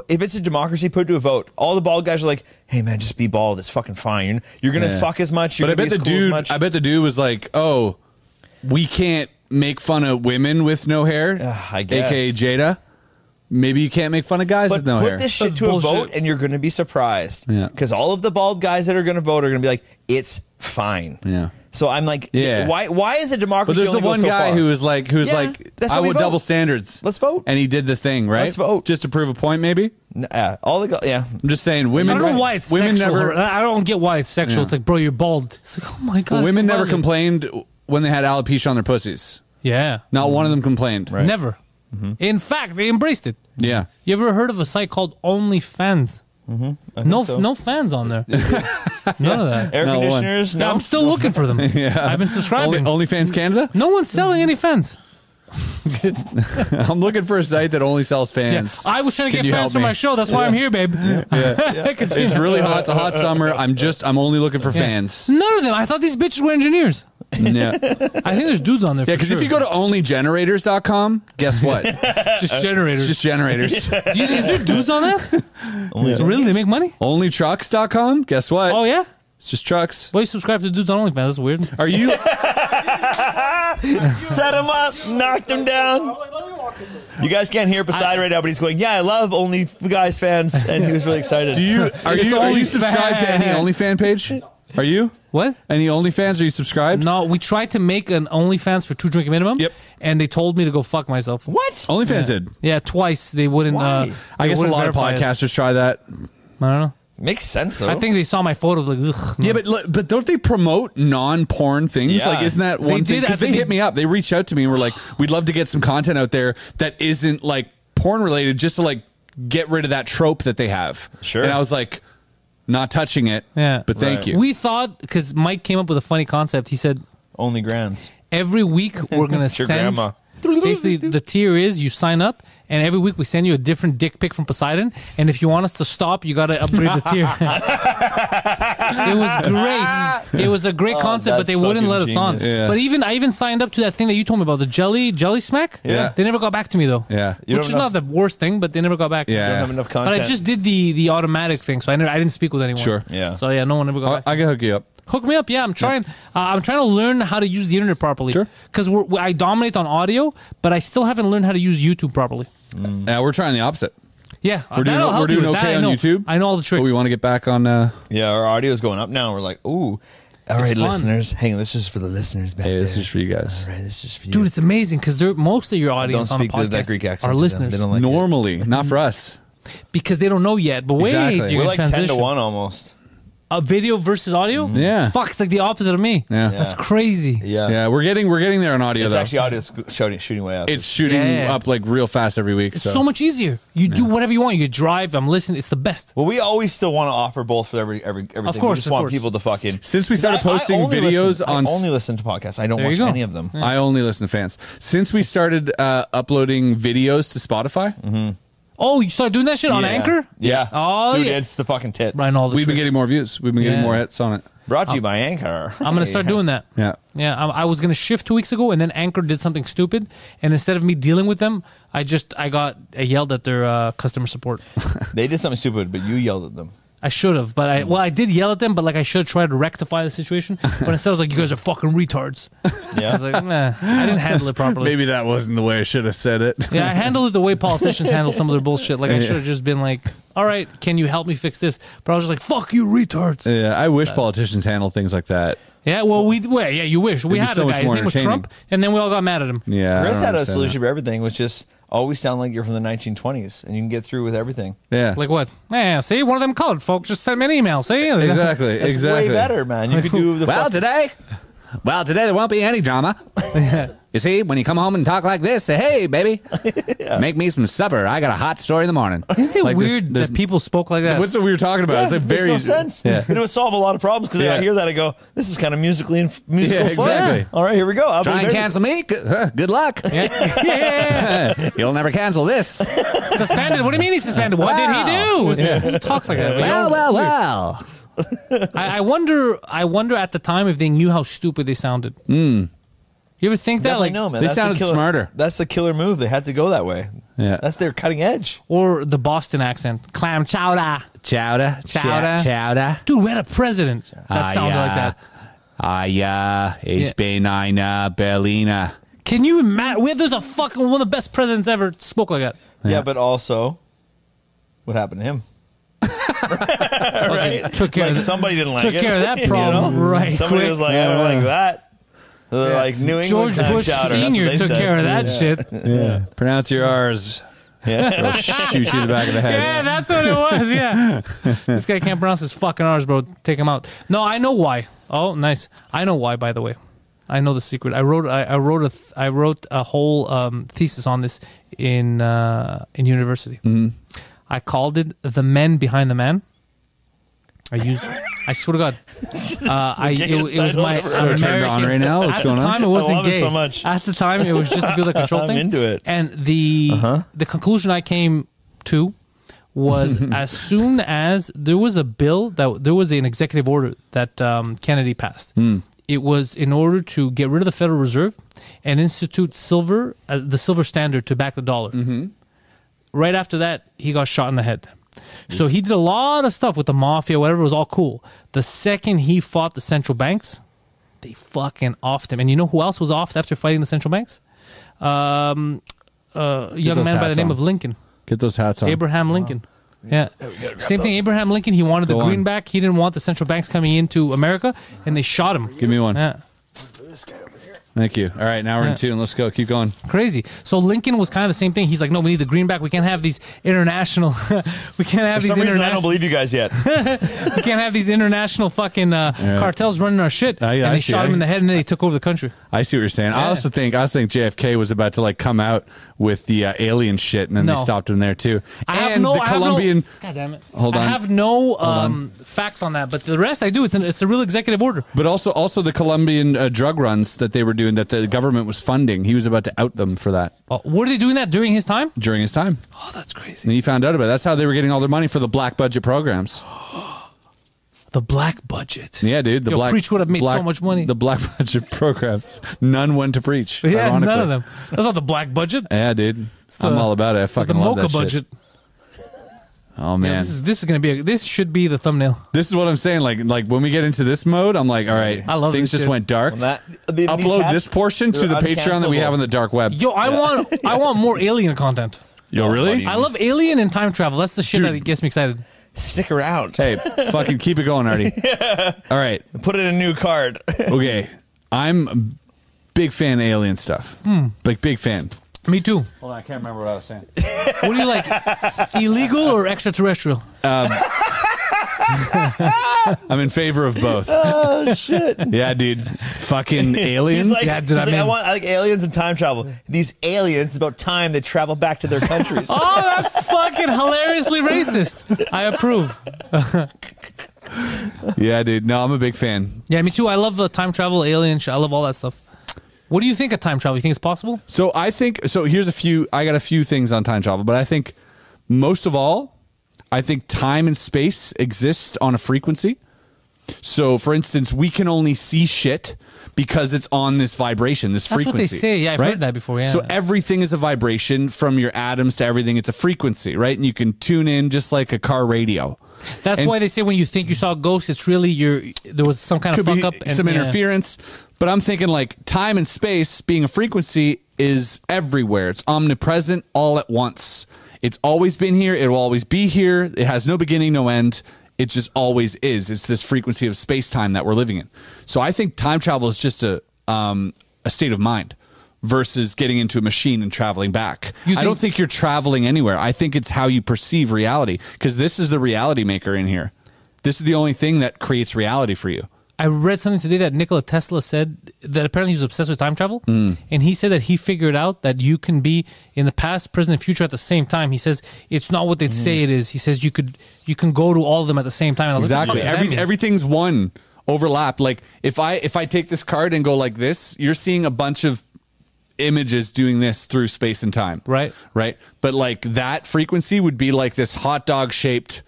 if it's a democracy, put it to a vote. All the bald guys are like, "Hey man, just be bald. It's fucking fine. You're, you're gonna
Yeah.
fuck as much. You're
but I bet
gonna be
the
as cool as
dude,
much."
I bet the dude was like, "Oh, we can't make fun of women with no hair."
Ah, I guess.
aka Jada. Maybe you can't make fun of guys
But
with no
put
hair.
this shit
That's
to
bullshit.
a vote, and you're going to be surprised.
Yeah.
Because all of the bald guys that are going to vote are going to be like, "It's fine."
Yeah.
So I'm like,
Yeah.
Why? Why is a
but
democracy?
there's the
only go
one
so
guy
far?
who was like, who was
Yeah,
like,
that's
"I
how we
would
vote.
double standards."
Let's vote.
and he did the thing, right?
Let's vote.
just to prove a point. Maybe
Uh, all the go- yeah.
I'm just saying, women.
I don't know why it's
women
sexual.
never
har- I don't get why it's sexual.
Yeah.
It's like, bro, you're bald. It's like, oh my god.
women
it's
never
violent.
complained when they had alopecia on their pussies.
Yeah,
Not one of them complained. Right. Mm-hmm.
never. In fact, they embraced it.
Yeah.
You ever heard of a site called OnlyFans? Mm-hmm, no,
so.
no fans on there. None of that.
Air
Not one.
conditioners.
Yeah,
No.
I'm still looking for them. I've been
Only,
subscribing.
OnlyFans Canada.
no one's selling any fans.
I'm looking for a site that only sells
Yeah.
fans.
I was trying to
Can
get
you help
fans for my
me?
show. That's why I'm here, babe.
It's really hot. It's a hot summer. I'm just. I'm only looking for fans.
None of them. I thought these bitches were engineers.
Yeah. Yeah.
I think there's dudes on there.
Because if you go to onlygenerators.com, guess what? It's
just generators,
just generators.
Do you- is there dudes on that? Really, they make money?
Onlytrucks.com. Guess what?
Oh yeah.
It's just trucks.
Why you subscribe to dudes on OnlyFans? That's weird.
Are you?
Set him up. Knocked him down. You guys can't hear Poseidon right now, but he's going, "Yeah, I love only guys fans," and he was really excited.
Do you? Are
It's
you? Are you
OnlyFans.
subscribed to any OnlyFan page? Are you?
What?
Any OnlyFans? Are you subscribed?
No, we tried to make an OnlyFans for two drink minimum.
Yep.
And they told me to go fuck myself.
what?
OnlyFans did.
Yeah, twice they wouldn't. Uh,
Why?
I
they
guess a
wouldn't
lot of
verify us.
podcasters try that.
I don't know.
Makes sense though.
I think they saw my photos like, ugh. no.
Yeah, but look- but don't they promote non-porn things?
Yeah.
Like, isn't that
They
one thing?
did, I
'Cause they
think-
hit me up. They reached out to me and were like, "We'd love to get some content out there that isn't like porn related, just to like get rid of that trope that they have."
Sure.
And I was like, "Not touching it."
Yeah.
But thank
Right.
you.
we thought because Mike came up with a funny concept. He said
only grands.
every week we're gonna
It's your
send.
grandma.
Basically, the tier is you sign up, and every week we send you a different dick pic from Poseidon. And if you want us to stop, you gotta upgrade the tier. it was great. It was a great concept, but
Oh, that's
they wouldn't let us
fucking
on.
genius.
Yeah.
But even I even signed up to that thing that you told me about the jelly jelly smack.
Yeah.
they never got back to me though.
Yeah. You
which
don't
is
know-
not the worst thing, but they never got back.
Yeah.
Don't have enough
But
content.
I just did the the automatic thing, so I never I didn't speak with anyone.
Sure.
Yeah.
So yeah, no one ever got
I,
back.
Oh, I can hook you up.
Hook me up. Yeah, I'm trying. Uh, I'm trying to learn how to use the internet properly.
Sure.
Because we're, we- I dominate on audio, but I still haven't learned how to use YouTube properly.
Yeah, we're trying the opposite.
Yeah,
We're doing,
that'll
we're
help you
doing
with that,
okay
I
on
know.
YouTube.
I know all the tricks.
But we want to get back on. Uh,
yeah, our audio's going up now. We're like, ooh. All right,
fun.
listeners. Hang on, this is for the listeners back
hey,
there.
this is for you guys.
All right, this is for you.
dude, it's amazing because they're most of your
don't
audience on a
speak the-
podcast
that Greek accent.
are
to them.
listeners
They don't like it.
Normally, not for us.
because they don't know yet. But wait,
Exactly.
you're
We're
gonna
We're like
transition.
ten to one almost.
A video versus audio.
Yeah.
fuck, it's like the opposite of me.
Yeah.
that's crazy.
Yeah,
Yeah, we're getting we're getting there on audio
It's
though.
actually audio sc- shooting shooting way up.
it's shooting
Yeah.
up like real fast every week.
It's so. much easier. You do whatever you want. You drive. I'm listening. It's the best.
well, we always still want to offer both for every every everything.
Of
we
course,
just
of
want
course.
people to fucking.
Since we started
I- I
posting
only
videos
listen-
on
I only listen to podcasts. I don't
There you
watch
go.
any of them.
I only listen to fans. Since we started uh, uploading videos to Spotify,
Mm-hmm.
Oh, you started doing that shit on
Yeah.
Anchor?
Yeah.
Oh,
dude,
yeah.
it's the fucking tits.
Ryan, all the
we've been
tricks.
getting more views. We've been getting
Yeah.
more hits on it.
Brought to you by Anchor.
I'm gonna start doing that.
Yeah.
yeah. I, I was gonna shift two weeks ago, and then Anchor did something stupid, and instead of me dealing with them, I just I got I yelled at their uh, customer support.
They did something stupid, but you yelled at them.
I should have, but I well I did yell at them, but like I should have tried to rectify the situation. But instead, I was like, "You guys are fucking retards." I was
Yeah.
like, "Nah, I didn't handle it properly."
Maybe that wasn't the way I should have said it.
Yeah, I handled it the way politicians handle some of their bullshit. Like I should have just been like, "All right, can you help me fix this?" But I was just like, "Fuck you, retards."
Yeah, I wish politicians handle things like that.
Yeah, well, we well, yeah, you wish we
It'd be
had
so
a
much
guy. His
more
name was
entertaining.
Trump, and then we all got mad at him.
Yeah, I
Chris
don't
had a
understand
solution for everything, which is always sound like you're from the 1920s, and you can get through with everything.
that. Yeah,
Like what? Yeah, see, one of them colored folks just sent me an email. See,
exactly,
That's
exactly.
way better, man. You could do the
Well,
fuck-
today Well, today there won't be any drama. you see, when you come home and talk like this, say, hey, baby, make me some supper. I got a hot story in the morning.
Isn't it
Like, there's-
weird
there's-
that people spoke like that?
What's what we were talking about? it's like
makes
very
no sense.
Yeah.
And it would solve a lot of problems because I
Yeah.
hear that I go, this is kind of musically inf- musical.
Yeah,
flair.
exactly.
All right, here we go. I'll
Try and cancel me? Good- huh, Good luck. Yeah. You'll never cancel this.
suspended? What do you mean he's suspended? What
Wow.
did he do? Who talks like that? We
Well,
don't-
well, well.
I, I wonder. I wonder at the time if they knew how stupid they sounded.
Hmm.
You ever think that?
Definitely
Like,
no, man.
they
That's the
sounded
killer-
smarter.
That's the killer move. They had to go that way.
Yeah.
That's their cutting edge.
or the Boston accent, clam chowder.
Chowder. Chowder.
Chowder.
Chowder.
Dude, we had a president that
Ah,
sounded like
yeah.
that.
Ah, yeah. Ich bin eine Berliner.
Can you imagine? We there's a fucking one of the best presidents ever spoke like that.
Yeah, but also, what happened to him?
Fucking Took care.
Like
of that.
somebody didn't like
took
it.
care of that
you know?
problem right
Somebody
quick.
was like, I don't like that. So they're like New England
George
clam
Bush
chowder. That's what
Senior
they
took
said.
care of that shit.
Yeah. Pronounce your R's.
Yeah.
They'll shoot you in the back of the head.
Yeah, that's what it was. Yeah, this guy can't pronounce his fucking R's, bro. Take him out. No, I know why. Oh, nice. I know why. By the way, I know the secret. I wrote. I, I wrote a. Th- I wrote a whole um, thesis on this in uh, in university.
Mm-hmm.
I called it "The Men Behind the Man." I used. I swear to God, uh, I it,
gayest
it was
title
my
ever.
So turned on
American-
right now? What's
At
going
the
on?
time, it wasn't
love it
gay.
so much.
At the time, it was just to be like control
I'm
things.
into it. Uh-huh.
And the the conclusion I came to was as soon as there was a bill that there was an executive order that um, Kennedy passed.
Hmm.
It was in order to get rid of the Federal Reserve and institute silver as the silver standard to back the dollar.
Mm-hmm.
Right after that, he got shot in the head. So he did a lot of stuff with the mafia, whatever. It was all cool. The second he fought the central banks, they fucking offed him. And you know who else was offed after fighting the central banks? Um, uh, a young
those
man by the
hats
name
on.
of Lincoln,
Get those hats on.
Abraham Lincoln. Yeah. Same thing. Abraham Lincoln. He wanted
Go
the
on.
greenback. He didn't want the central banks coming into America, and they shot him.
Give me one.
Yeah.
Thank you. All right, now we're
Yeah.
in tune. Let's go. Keep going.
Crazy. So Lincoln was kind of the same thing. He's like, no, we need the greenback. We can't have these international. we can't have
For
these
some reason, I
international.
don't believe you guys yet.
we can't have these international fucking uh,
Yeah.
cartels running our shit.
I-
and
I
they
see.
shot him in the head, and then they took over the country.
I see what you're saying. I
Yeah.
also think I also think JFK was about to like come out with the uh, alien shit, and then
No.
they stopped him there too.
I
and
have no.
the
I
Colombian.
Have no, God damn it.
Hold
I
on.
have no um, facts on that, but the rest I do. It's an, it's a real executive order.
But also, also the Colombian uh, drug runs that they were doing that the government was funding. He was about to out them for that
Uh, were they doing that during his time?
during his time,
Oh, that's
and
crazy.
he found out about. It. That's how they were getting all their money for the black budget programs.
The black budget.
Yeah, dude, the
Yo,
black
Preach would have made
black-
so much money.
The black budget programs, none went to preach.
yeah,
ironically.
none of them. That's not the black budget.
Yeah, dude, I'm
the-
all about it. I
It's the
fucking love
mocha
that shit.
budget.
Oh
Yeah,
man,
this is this is gonna be a, this should be the thumbnail.
This is what I'm saying. Like, like when we get into this mode, I'm like, all right,
I love
things
this
just
shit.
went dark.
When that- the- these
Upload
hats,
this portion to
they're
the Patreon that we
uncancelable.
have on the dark web.
Yo, I want I want more alien content.
Yo, really?
I love alien and time travel. That's the shit
Dude.
that gets me excited.
Stick around.
hey, fucking keep it going, Artie. All right,
Put in a new card.
okay. I'm a big fan of alien stuff.
Hmm.
Like, big fan.
Me too.
Hold on, I can't remember what I was saying.
What do you like? illegal or extraterrestrial?
I'm in favor of both. oh shit! Yeah, dude. Fucking aliens.
He's like,
Yeah, dude,
he's
I
like, I
mean-
want I like aliens and time travel. These aliens, it's about time they travel back to their countries.
Oh, that's fucking hilariously racist. I approve.
yeah, dude. No, I'm a big fan.
Yeah, me too. I love the time travel, alien shit. I love all that stuff. What do you think of time travel? You think it's possible?
So I think so. Here's a few. I got a few things on time travel, but I think most of all, I think time and space exist on a frequency. So, for instance, we can only see shit because it's on this vibration, this
That's what
frequency.
they say. Yeah, I've
right?
heard that before, yeah.
So everything is a vibration from your atoms to everything. It's a frequency, right? And you can tune in just like a car radio.
That's
And-
why they say when you think you saw ghosts, it's really your there was some kind of
could
fuck
be
up and
some
yeah.
interference. But I'm thinking like time and space being a frequency is everywhere. It's omnipresent all at once. It's always been here. It will always be here. It has no beginning, no end. It just always is. It's this frequency of space time that we're living in. So I think time travel is just a um, a state of mind versus getting into a machine and traveling back.
You
I don't
think-
think you're traveling anywhere. I think it's how you perceive reality because this is the reality maker in here. This is the only thing that creates reality for you.
I read something today that Nikola Tesla said that apparently he was obsessed with time travel,
Mm.
and he said that he figured out that you can be in the past, present, and future at the same time. He says it's not what they would
Mm.
say it is. He says you could you can go to all of them at the same time. And I was
Exactly.
Like, what the fuck does that
Every,
mean?
everything's one overlap. Like if I if I take this card and go like this, you're seeing a bunch of images doing this through space and time.
Right.
Right. But like that frequency would be like this hot dog shaped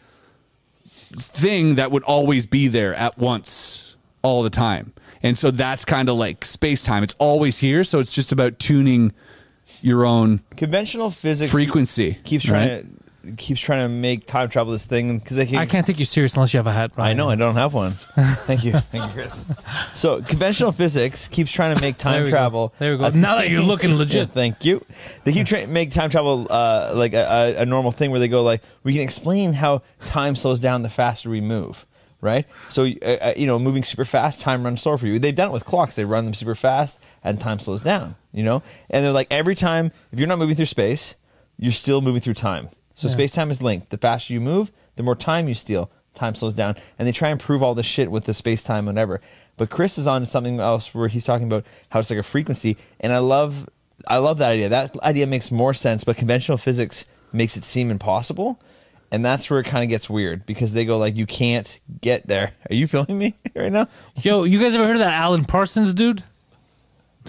thing that would always be there at once all the time. And so that's kind of like space time. It's always here, so it's just about tuning your own
Conventional physics
frequency.
keeps trying to keeps trying to make time travel this thing because they can.
I can't take you serious unless you have a hat. Brian.
I know I don't have one. Thank you, thank you, Chris. So conventional physics keeps trying to make
There
time
we go.
travel.
There we go.
a
Now that you're looking legit.
Yeah, thank you. They keep trying to make time travel uh, like a, a, a normal thing where they go like, we can explain how time slows down the faster we move, right? So uh, uh, you know, moving super fast, time runs slower for you. They've done it with clocks; they run them super fast, and time slows down. You know, and they're like, every time if you're not moving through space, you're still moving through time. So
Yeah.
space time is linked. The faster you move, the more time you steal. Time slows down, and they try and prove all this shit with the space time whatever. But Chris is on to something else where he's talking about how it's like a frequency, and I love, I love that idea. That idea makes more sense, but conventional physics makes it seem impossible, and that's where it kind of gets weird because they go like, you can't get there. Are you feeling me right now?
Yo, you guys ever heard of that Alan Parsons dude?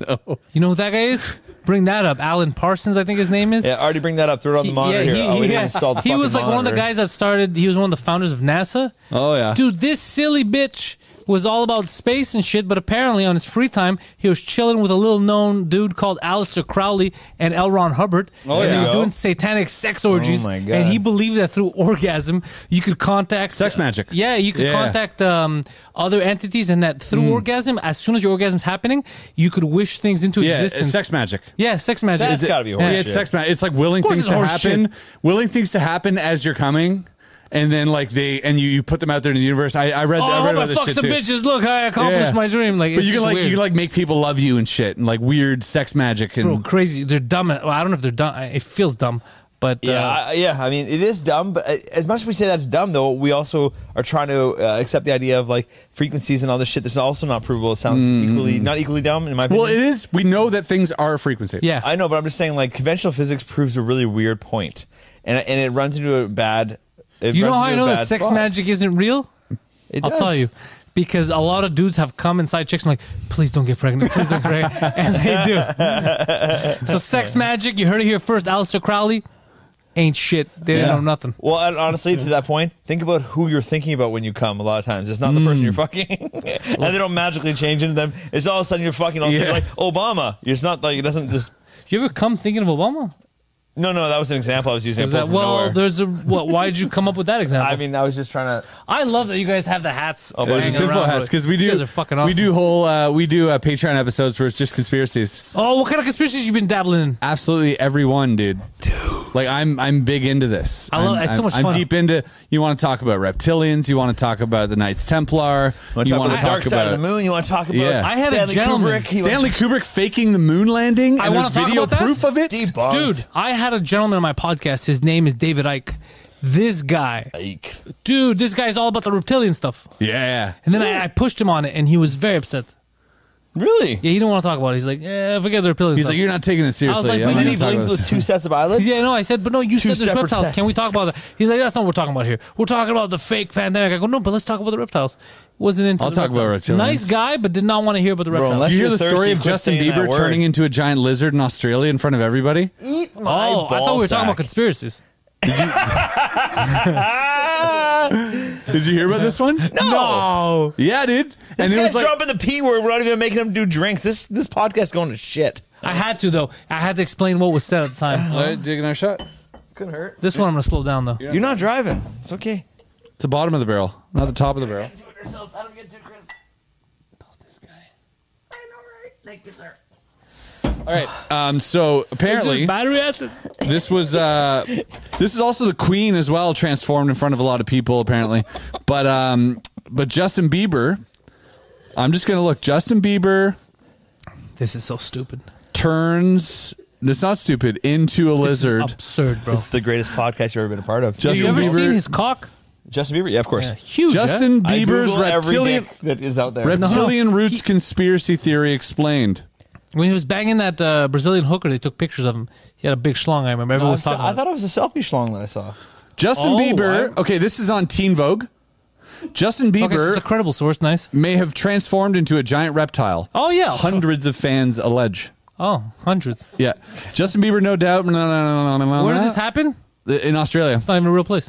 No. You know who that guy is? Bring that up. Alan Parsons, I think his name is.
Yeah, I already bring that up. Throw it on the monitor here. oh, we didn't
yeah.
install the
He was
fucking
like one of the
monitor.
guys that started. He was one of the founders of NASA.
Oh, yeah.
dude, this silly bitch was all about space and shit. But apparently, on his free time, he was chilling with a little known dude called Aleister Crowley and L. Ron Hubbard.
Oh,
and
yeah.
they were doing satanic sex orgies.
Oh, my God.
And he believed that through orgasm, you could contact
Sex magic.
Yeah, you could
Yeah.
contact um, other entities, and that through
Hmm.
orgasm, as soon as your orgasm's happening, you could wish things into
Yeah,
existence.
sex magic.
Yeah, sex magic.
That's gotta be
Yeah.
horse
Yeah, it's sex man. It's like willing
course
things
it's
to
horse
happen, willing things to happen as you're coming, and then like they and you, you put them out there in the universe. I, I read.
Oh,
I
I
read
hope
about
I
this
fuck
shit
some
too.
bitches. Look, I accomplished
Yeah.
my dream. Like,
but
it's
you can
just
like
weird.
you can, like make people love you and shit, and like weird sex magic and
bro, crazy. They're dumb. Well, I don't know if they're dumb. I- It feels dumb, but
Yeah,
uh,
I, yeah. I mean, it is dumb, but uh, as much as we say that's dumb, though, we also are trying to uh, accept the idea of like frequencies and all this shit. That's also not provable. It sounds
Mm-hmm.
equally not equally dumb in my opinion.
well, it is. We know that things are frequency.
yeah.
I know, but I'm just saying like conventional physics proves a really weird point, and and it runs into a bad. It
you know
runs
how I
into
know
a
that
bad
sex
spot.
magic isn't real?
It
I'll
does.
tell you. Because a lot of dudes have come inside chicks and like, please don't get pregnant, please don't get pregnant, and they do. so sex magic, you heard it here first. Aleister Crowley ain't shit. They
Yeah.
don't know nothing.
Well, and honestly, to that point, think about who you're thinking about when you come. A lot of times, it's not the
Mm.
person you're fucking, and they don't magically change into them. It's all of a sudden you're fucking all of a sudden,
Yeah.
like Obama. It's not like it doesn't just.
You ever come thinking of Obama?
No, no, that was an example I was using. I
Is
pulled
that
from
well?
nowhere.
There's a what? Why did you come up with that example?
I mean, I was just trying to.
I love that you guys have the hats.
Oh,
Oh,
but
There's
Hang
a simple hats because we do.
You guys are fucking awesome.
We do whole. Uh, we do uh, Patreon episodes where it's just conspiracies.
Oh, what kind of conspiracies you been dabbling in?
Absolutely every one, dude. Dude, like I'm. I'm big into this.
I love-
I'm,
it's so
I'm-
much
I'm
fun.
deep into. You want to talk about reptilians? You want to talk about the Knights Templar? You want to
the dark
talk
side
about
of the moon? You want to talk about?
Yeah.
I had a
Stanley
gentleman-
Kubrick. He
Stanley Kubrick faking the moon landing,
I
and
wanna
there's
talk
video
about that.
proof of it.
debunked.
Dude, I had a gentleman on my podcast. His name is David Icke. This guy, dude, this guy's all about the reptilian stuff.
Yeah,
And then I, I pushed him on it, and he was very upset.
Really?
Yeah, he didn't want to talk about it. He's like, yeah, forget the reptilian
he's
stuff.
like, you're not taking it seriously.
like,
I'm
but
not gonna
Did he
then
talk
blink
about
with
this.
two sets of eyelids?
yeah, no, I said, but no, you
Two
said there's
separate
reptiles. Can we
sets.
talk about that? He's like, that's not what we're talking about here. We're talking about the fake pandemic. I go, no, but let's talk about the reptiles. Wasn't into
I'll
the
talk about reptilians.
Nice guy, but did not want to hear about the reptiles.
unless
Do you hear
You're
the story
thirsty,
of
quit
Justin
saying that
Bieber
word.
turning into a giant lizard in Australia in front of everybody?
Eat my
oh, I thought we were talking about
ballsack.
conspiracies.
Did you hear about this one?
No.
Yeah, dude.
This
and it
guy's
was like,
dropping the p word. We're not even making him do drinks. This this podcast going to shit.
I had to though. I had to explain what was said at the time.
all right, taking our shot.
Couldn't hurt.
This one I'm gonna slow down though.
You're not driving. It's okay.
It's the bottom of the barrel, not the top of the barrel. All right. Um, so apparently,
battery acid.
this was uh this is also the queen as well transformed in front of a lot of people apparently but um but justin bieber i'm just gonna look justin bieber
This is so stupid.
turns it's not stupid into a
This is
lizard
absurd, bro.
It's the greatest podcast you've ever been a part of.
Just-
Have you ever
Justin Bieber-
seen his cock?
Justin Bieber, yeah, of course.
Yeah, huge. huh?
Justin
I
Bieber's
Google every
reptilian
dick that is out there.
reptilian roots conspiracy theory explained.
When he was banging that uh, Brazilian hooker, they took pictures of him. He had a big schlong. I remember everyone
I,
was talking.
I
about
thought it was a selfie schlong that I saw.
Justin
Oh,
Bieber. Okay, this is on Teen Vogue. Justin
it. Okay, so
Bieber
it's a credible source. Nice.
may have transformed into a giant reptile.
Oh yeah.
Hundreds of fans allege.
oh, hundreds.
Yeah, Justin Bieber, no doubt. No, no, no, no, no, no,
Where did
no.
this happen?
In Australia.
It's not even a real place.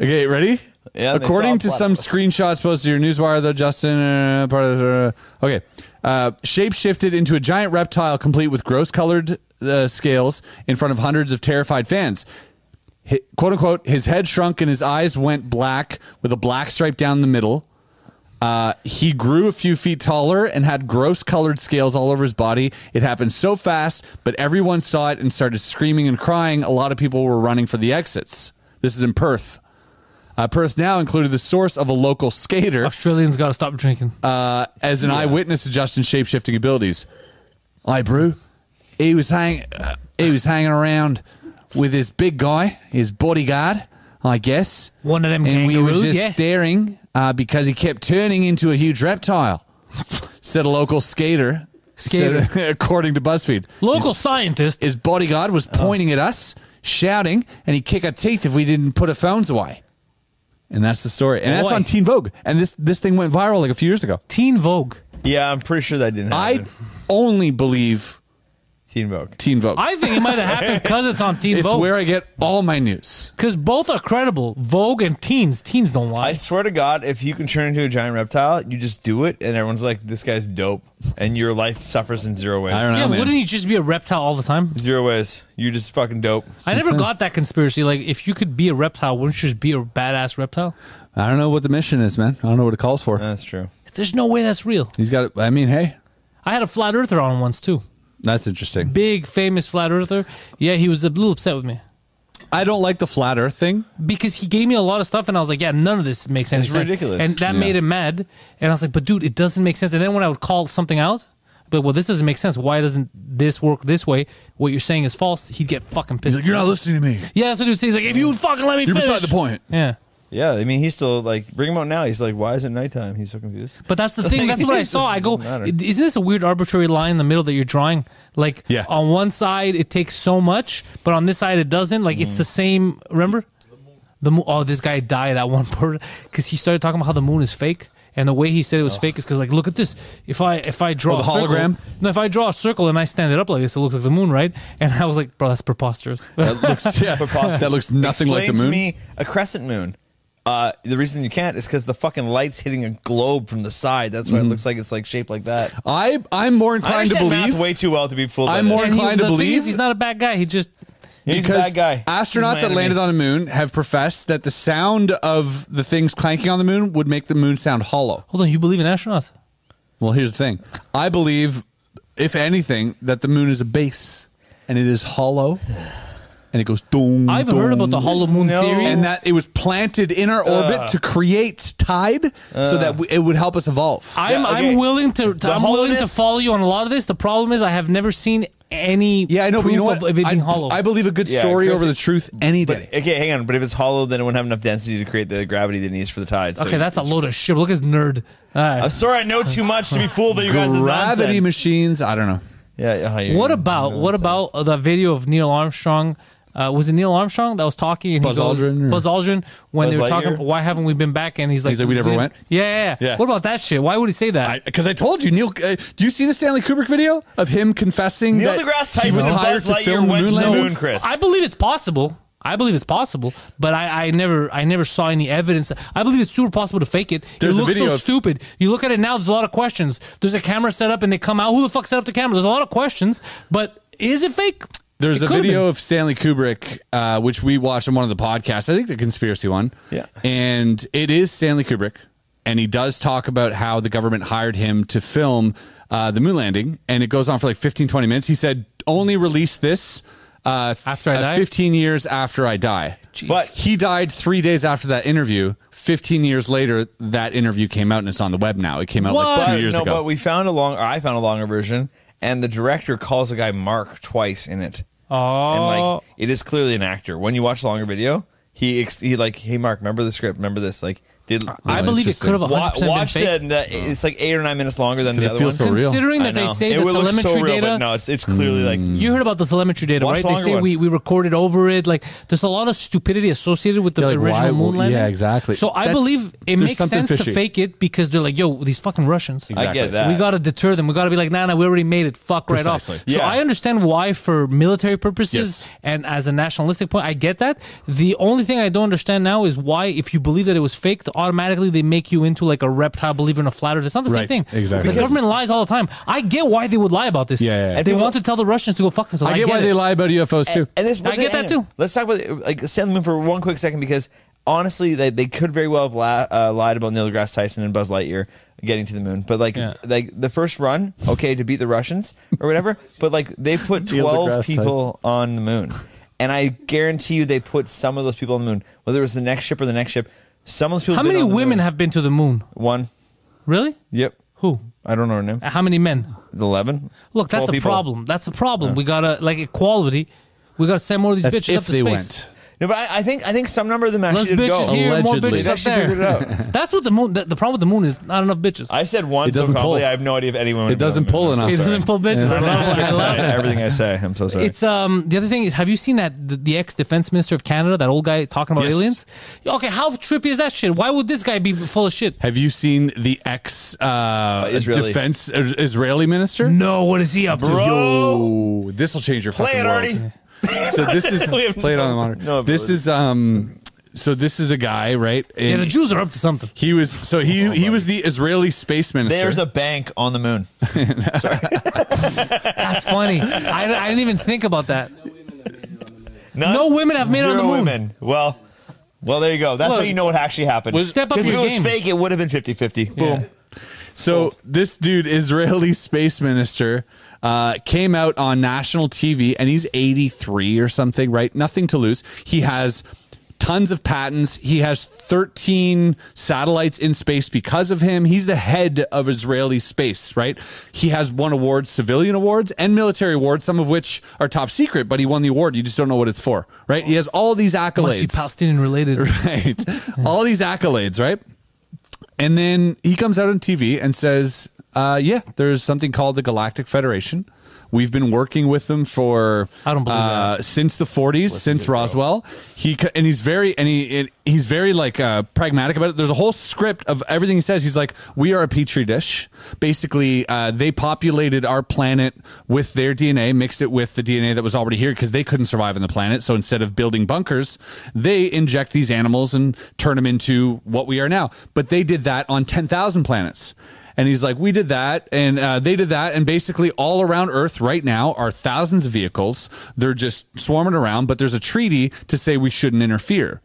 Okay, ready?
Yeah, they saw
According
a
to some
platypus.
screenshots posted to your newswire, though, Justin, uh, part of the, uh, okay, uh, shape shifted into a giant reptile complete with gross colored uh, scales in front of hundreds of terrified fans. Hi quote unquote, his head shrunk and his eyes went black with a black stripe down the middle. Uh, he grew a few feet taller and had gross colored scales all over his body. It happened so fast, but everyone saw it and started screaming and crying. A lot of people were running for the exits. This is in Perth. Uh, Perth now included the source of a local skater
Australians got to stop drinking.
uh, as an eyewitness to Justin's shapeshifting abilities. Hi, Brew. He was hang, uh, he was hanging around with this big guy, his bodyguard, I guess.
One of them
and we were
kangaroos,
just
yeah.
staring uh, because he kept turning into a huge reptile," said a local skater.
Skater.
Said- according to BuzzFeed,
Local scientist.
his bodyguard was
Oh.
pointing at us, shouting, and he'd kick our teeth if we didn't put our phones away. And that's the story. And that's
Boy.
on Teen Vogue. And this this thing went viral like a few years ago.
Teen Vogue.
Yeah, I'm pretty sure that didn't
I
happen.
only believe
Teen Vogue.
Teen Vogue.
I think it might have happened because it's on Teen
it's
Vogue.
where I get all my news.
Because both are credible. Vogue and teens. Teens don't lie.
I swear to God, if you can turn into a giant reptile, you just do it, and everyone's like, "This guy's dope," and your life suffers in zero ways.
I don't know,
yeah,
man.
wouldn't he just be a reptile all the time?
Zero ways. You're just fucking dope.
I never got that conspiracy. Like, if you could be a reptile, wouldn't you just be a badass reptile?
I don't know what the mission is, man. I don't know what it calls for.
That's true.
There's no way that's real.
He's got. I mean, hey,
I had a flat earther on once too.
that's interesting.
Big famous flat earther. Yeah, he was a little upset with me
I don't like the flat Earth thing.
because he gave me a lot of stuff, and I was like, "Yeah, none of this makes any
It's
sense."
ridiculous.
And that made him mad. And I was like, "But dude, it doesn't make sense." And then when I would call something out, but well, this doesn't make sense. Why doesn't this work this way? What you're saying is false. He'd get fucking pissed.
listening to me.
Yeah, that's what he would say. He's like, "If you would fucking let me
You're
finish."
beside the point.
Yeah.
Yeah, I mean, he's still like, bring him out now. He's like, "Why is it nighttime?" He's so confused.
But that's the thing. That's what I saw. I go,
Doesn't matter.
isn't this a weird arbitrary line in the middle that you're drawing? Like,
Yeah.
on one side it takes so much, but on this side it doesn't. Like, it's the
Mm.
same. Remember, the moon. Oh, this guy died at one point because he started talking about how the moon is fake, and the way he said it was fake is because, like, look at this. If I if I draw
Oh, the
a circle-
hologram?
no, if I draw a circle and I stand it up like this, it looks like the moon, right? And I was like, bro, that's preposterous.
That looks, yeah,
Preposterous.
that looks nothing like the
Explain to
moon.
me a crescent moon. Uh, the reason you can't is because the fucking light's hitting a globe from the side. That's why it looks like it's like shaped like that.
I Mm-hmm. I'm more
I
inclined to
understand math
believe
way too well to be fooled. by
I'm
that.
more
And he-
inclined to
the thing
believe-
is, he's not a bad guy. He just
He's a
because
bad guy.
astronauts that landed on the moon have professed that the sound of the things clanking on the moon would make the moon sound hollow.
hold on. You believe in astronauts?
Well, here's the thing. I believe, if anything, that the moon is a base and it is hollow and it goes doom.
I've heard about the hollow moon
no-
theory.
And that it was planted in our orbit
Uh.
to create tide so that w- it would help us evolve.
I'm
Yeah, okay.
I'm willing to, to-
The
I'm willing to
hollowness-
follow you on a lot of this. The problem is I have never seen any
yeah, I know, but
proof
you know what?
of it being
I,
hollow.
I believe a good
Yeah,
story
Chris,
over the truth any
But
day.
okay, hang on. But if it's hollow, then it wouldn't have enough density to create the gravity that it needs for the tide. So
okay, that's a load of shit. Look at this nerd. All right.
I'm sorry, I know too much to be fooled by you guys.
Gravity machines, I don't know.
Yeah. yeah, yeah,
What
yeah.
about what about the video of Neil Armstrong? Uh, was it Neil Armstrong that was talking? And he
Buzz
goes-
Aldrin or-
Buzz Aldrin when
Buzz
they were talking
Lightyear?
about why haven't we been back? And he's like,
He's like, "We never
didn't-"
went?
Yeah, yeah, yeah.
Yeah.
What about that shit? Why would he say that?
Because I, told you, Neil. Uh, do you see the Stanley Kubrick video of him confessing
Neil
that
deGrasse
he
Tyson
was
and
hired
Buzz
to
Lightyear
film the
went
moon
to the
landing?
moon, Chris.
I believe it's possible. I believe it's possible, but I, I never I never saw any evidence. I believe it's super possible to fake it.
There's a
it looks
video
so
of-
stupid. You look at it now. There's a lot of questions. There's a camera set up and they come out. Who the fuck set up the camera? There's a lot of questions, but is it fake?
There's a
It could've
video
been.
of Stanley Kubrick, uh, which we watched on one of the podcasts. I think the conspiracy one.
Yeah.
And it is Stanley Kubrick, and he does talk about how the government hired him to film uh, the moon landing, and it goes on for like 15, 20 minutes. He said, "Only release this uh, th-
After I
uh,
die?
15 years after I die."
But
He died three days after that interview. 15 years later, that interview came out, and it's on the web now. It came out like
but,
two years
no,
ago.
but we found a long. Or I found a longer version, and the director calls a guy Mark twice in it.
Oh.
and like it is clearly an actor. When you watch the longer video, he ex- he like, hey Mark, remember the script? Remember this? Like, did
I believe it could have 100%
Wa-
been
watch
fake.
that, and that? It's like eight or nine minutes longer than the
it
other
feels
one.
so real.
Considering
I
that they
know.
say
it
the
would look
telemetry
so real,
data, Mm.
but no, it's it's clearly like
you heard about the telemetry data,
Watch the
right? They
longer
say
one.
we, we recorded over it. Like there's a lot of stupidity associated with the
Yeah, like,
original
why-
moon
yeah,
landing.
exactly.
So I
That's-
believe it
there's
makes
something
sense to
fishy.
fake it because they're like, yo, these fucking Russians.
I get that.
We gotta deter them. We gotta be like, nah, nah, we already made it. Fuck right off.
Precisely.
So
Yeah.
I understand why, for military purposes
Yes.
and as a nationalistic point, I get that. The only thing I don't understand now is why, if you believe that it was faked, automatically they make you into like a reptile believer and a flat earther. It's not the
Right.
same thing.
Exactly.
The government lies all the time. I get why they would lie about this.
Yeah, yeah, yeah.
And they want to tell the Russians to go fuck themselves.
I get why
it.
they lie about UFOs too.
And this,
I get that, too.
Let's talk about like stay on the moon for one quick second because honestly, they, they could very well have la- uh, lied about Neil deGrasse Tyson and Buzz Lightyear getting to the moon, but like
Yeah.
like the first run, okay, to beat the Russians or whatever, but like they put
Neil
twelve
deGrasse
people on the moon, and I guarantee you they put some of those people on the moon, whether it was the next ship or the next ship. Some of those people.
How
have been
many
on the moon.
women have been to the moon?
one?
Really?
Yep.
Who?
I don't know her name.
Uh, How many men?
Eleven.
Look, that's
12
a
people.
problem. That's a problem. We gotta like equality. We gotta send more of these
That's
bitches
if
up to
they
space.
went.
No, but I, I think I think some number of them actually did
Less
go.
bitches here, more
Allegedly.
bitches
They've
up
actually figured it
there.
out.
That's what the moon. The, the problem with the moon is not enough bitches.
I said one.
It doesn't
so
pull.
probably I have no idea if anyone.
It doesn't pull enough.
it doesn't pull bitches. I love it. I love it.
Everything I say, I'm so sorry.
It's um the other thing is have you seen that the, the ex defense minister of Canada that old guy talking about
Yes.
aliens? Okay, how trippy is that shit? Why would this guy be full of shit?
Have you seen the ex uh,
Israeli.
defense uh, Israeli minister?
No, what is he up to?
Yo, this will change your
Play
fucking
it,
world.
Artie.
So this is
We have
play it on the
no-
monitor.
no
this
ability.
is um. So this is a guy, right?
Yeah,
And
the Jews are up to something.
he was so he he was the Israeli space minister.
Oh There's a bank on the moon.
That's funny. I, I didn't even think about that.
Not-
No women have made it on
zero
the moon.
Women. Well, well, there you go. That's
Look,
how you know what actually happened.
was- Step up
'Cause
your
if it
game.
was fake, it would have been 50-50. Boom.
So this dude, Israeli space minister, uh, came out on national TV, and he's 83 or something, right? Nothing to lose. He has tons of patents. He has 13 satellites in space because of him. He's the head of Israeli space, right? He has won awards, civilian awards and military awards, some of which are top secret, but he won the award. You just don't know what it's for, right? He has all these
Must be
accolades
Palestinian related.
right? All these accolades, right? And then he comes out on TV and says, uh, "Yeah, there's something called the Galactic Federation. We've been working with them for
I don't believe
uh, since the 40s, since Roswell. He co- and he's very and he and he's very like uh, pragmatic about it. There's a whole script of everything he says. He's like, "We are a petri dish. Basically, uh, they populated our planet with their DNA, mixed it with the DNA that was already here because they couldn't survive on the planet. So instead of building bunkers, they inject these animals and turn them into what we are now. But they did that on 10,000 planets." And he's like, we did that, and uh, they did that, and basically all around Earth right now are thousands of vehicles. They're just swarming around, but there's a treaty to say we shouldn't interfere.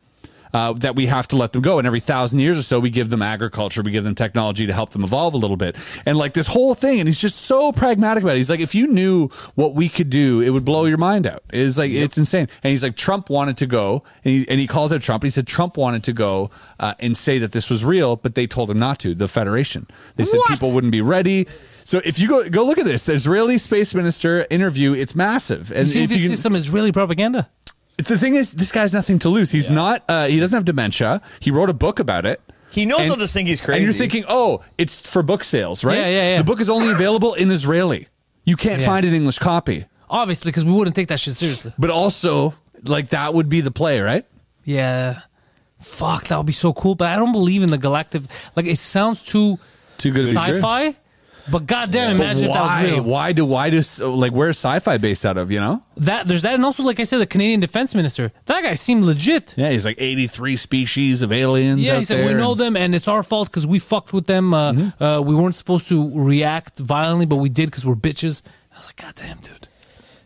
Uh, that we have to let them go, and every thousand years or so, we give them agriculture, we give them technology to help them evolve a little bit, and like this whole thing. And he's just so pragmatic about it. He's like, if you knew what we could do, it would blow your mind out. It's like it's insane. And he's like, Trump wanted to go, and he, and he calls out Trump. And he said Trump wanted to go uh, and say that this was real, but they told him not to. The Federation. They said
What?
people wouldn't be ready. So if you go go look at this, the Israeli space minister interview, it's massive. And
You think
if
this
you can-
is some Israeli propaganda?
the thing is, this guy's nothing to lose. He's not. Uh, he doesn't have dementia. He wrote a book about it.
He knows they'll just think he's
And you're
crazy.
thinking, oh, it's for book sales, right?
Yeah, yeah, yeah.
The book is only available in Israeli. You can't
Yeah.
find an English copy.
Obviously, because we wouldn't take that shit seriously.
But also, like that would be the play, right?
Yeah. Fuck, that would be so cool. But I don't believe in the galactic. Like, it sounds too,
Too good to be true.
sci-fi. But goddamn,
But
imagine if that
why?
was real.
Why do why does like where's sci-fi based out of? You know?
That there's that, and also like I said, the Canadian defense minister. That guy seemed legit.
Yeah, he's like 83 species of aliens.
Yeah,
out
he said
there
we
and-
know
Mm-hmm.
them, and it's our fault because we fucked with them. Uh, uh, we weren't supposed to react violently, but we did because we're bitches. I was like, God damn, dude.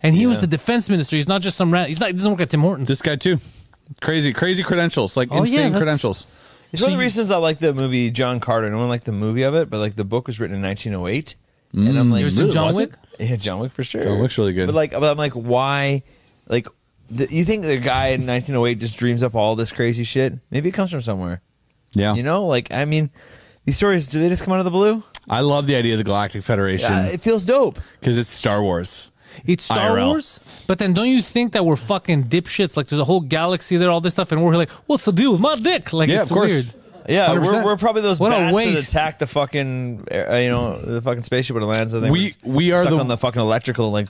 And he was the defense minister. He's not just some rat. He's not. He doesn't work at Tim Hortons.
This guy too. Crazy, crazy credentials, like
Oh, yeah,
insane
that's-
credentials.
It's one of the reasons I like the movie John Carter. No one liked the movie of it, but like the book was written in 1908, and
Mm.
I'm like,
you ever seen
"Ooh,
John
was
Wick?
it?" Yeah, John Wick for sure.
John Wick's really good.
But like, but I'm like, why? Like, the, you think the guy in 1908 just dreams up all this crazy shit? Maybe it comes from somewhere.
Yeah,
You know, like I mean, these stories do they just come out of the blue?
I love the idea of the Galactic Federation
Uh, it feels dope.
because it's Star Wars.
It's Star
IRL.
Wars, but then don't you think that we're fucking dipshits? Like there's a whole galaxy there, all this stuff, and we're like, what's the deal with my dick? Like
Yeah,
it's
of course.
weird.
Yeah, we are
100%.
we're probably those
What a
bats that
waste.
attack the fucking uh, you know the fucking spaceship when it lands. I think
We- we are
stuck
the-
on the fucking electrical like.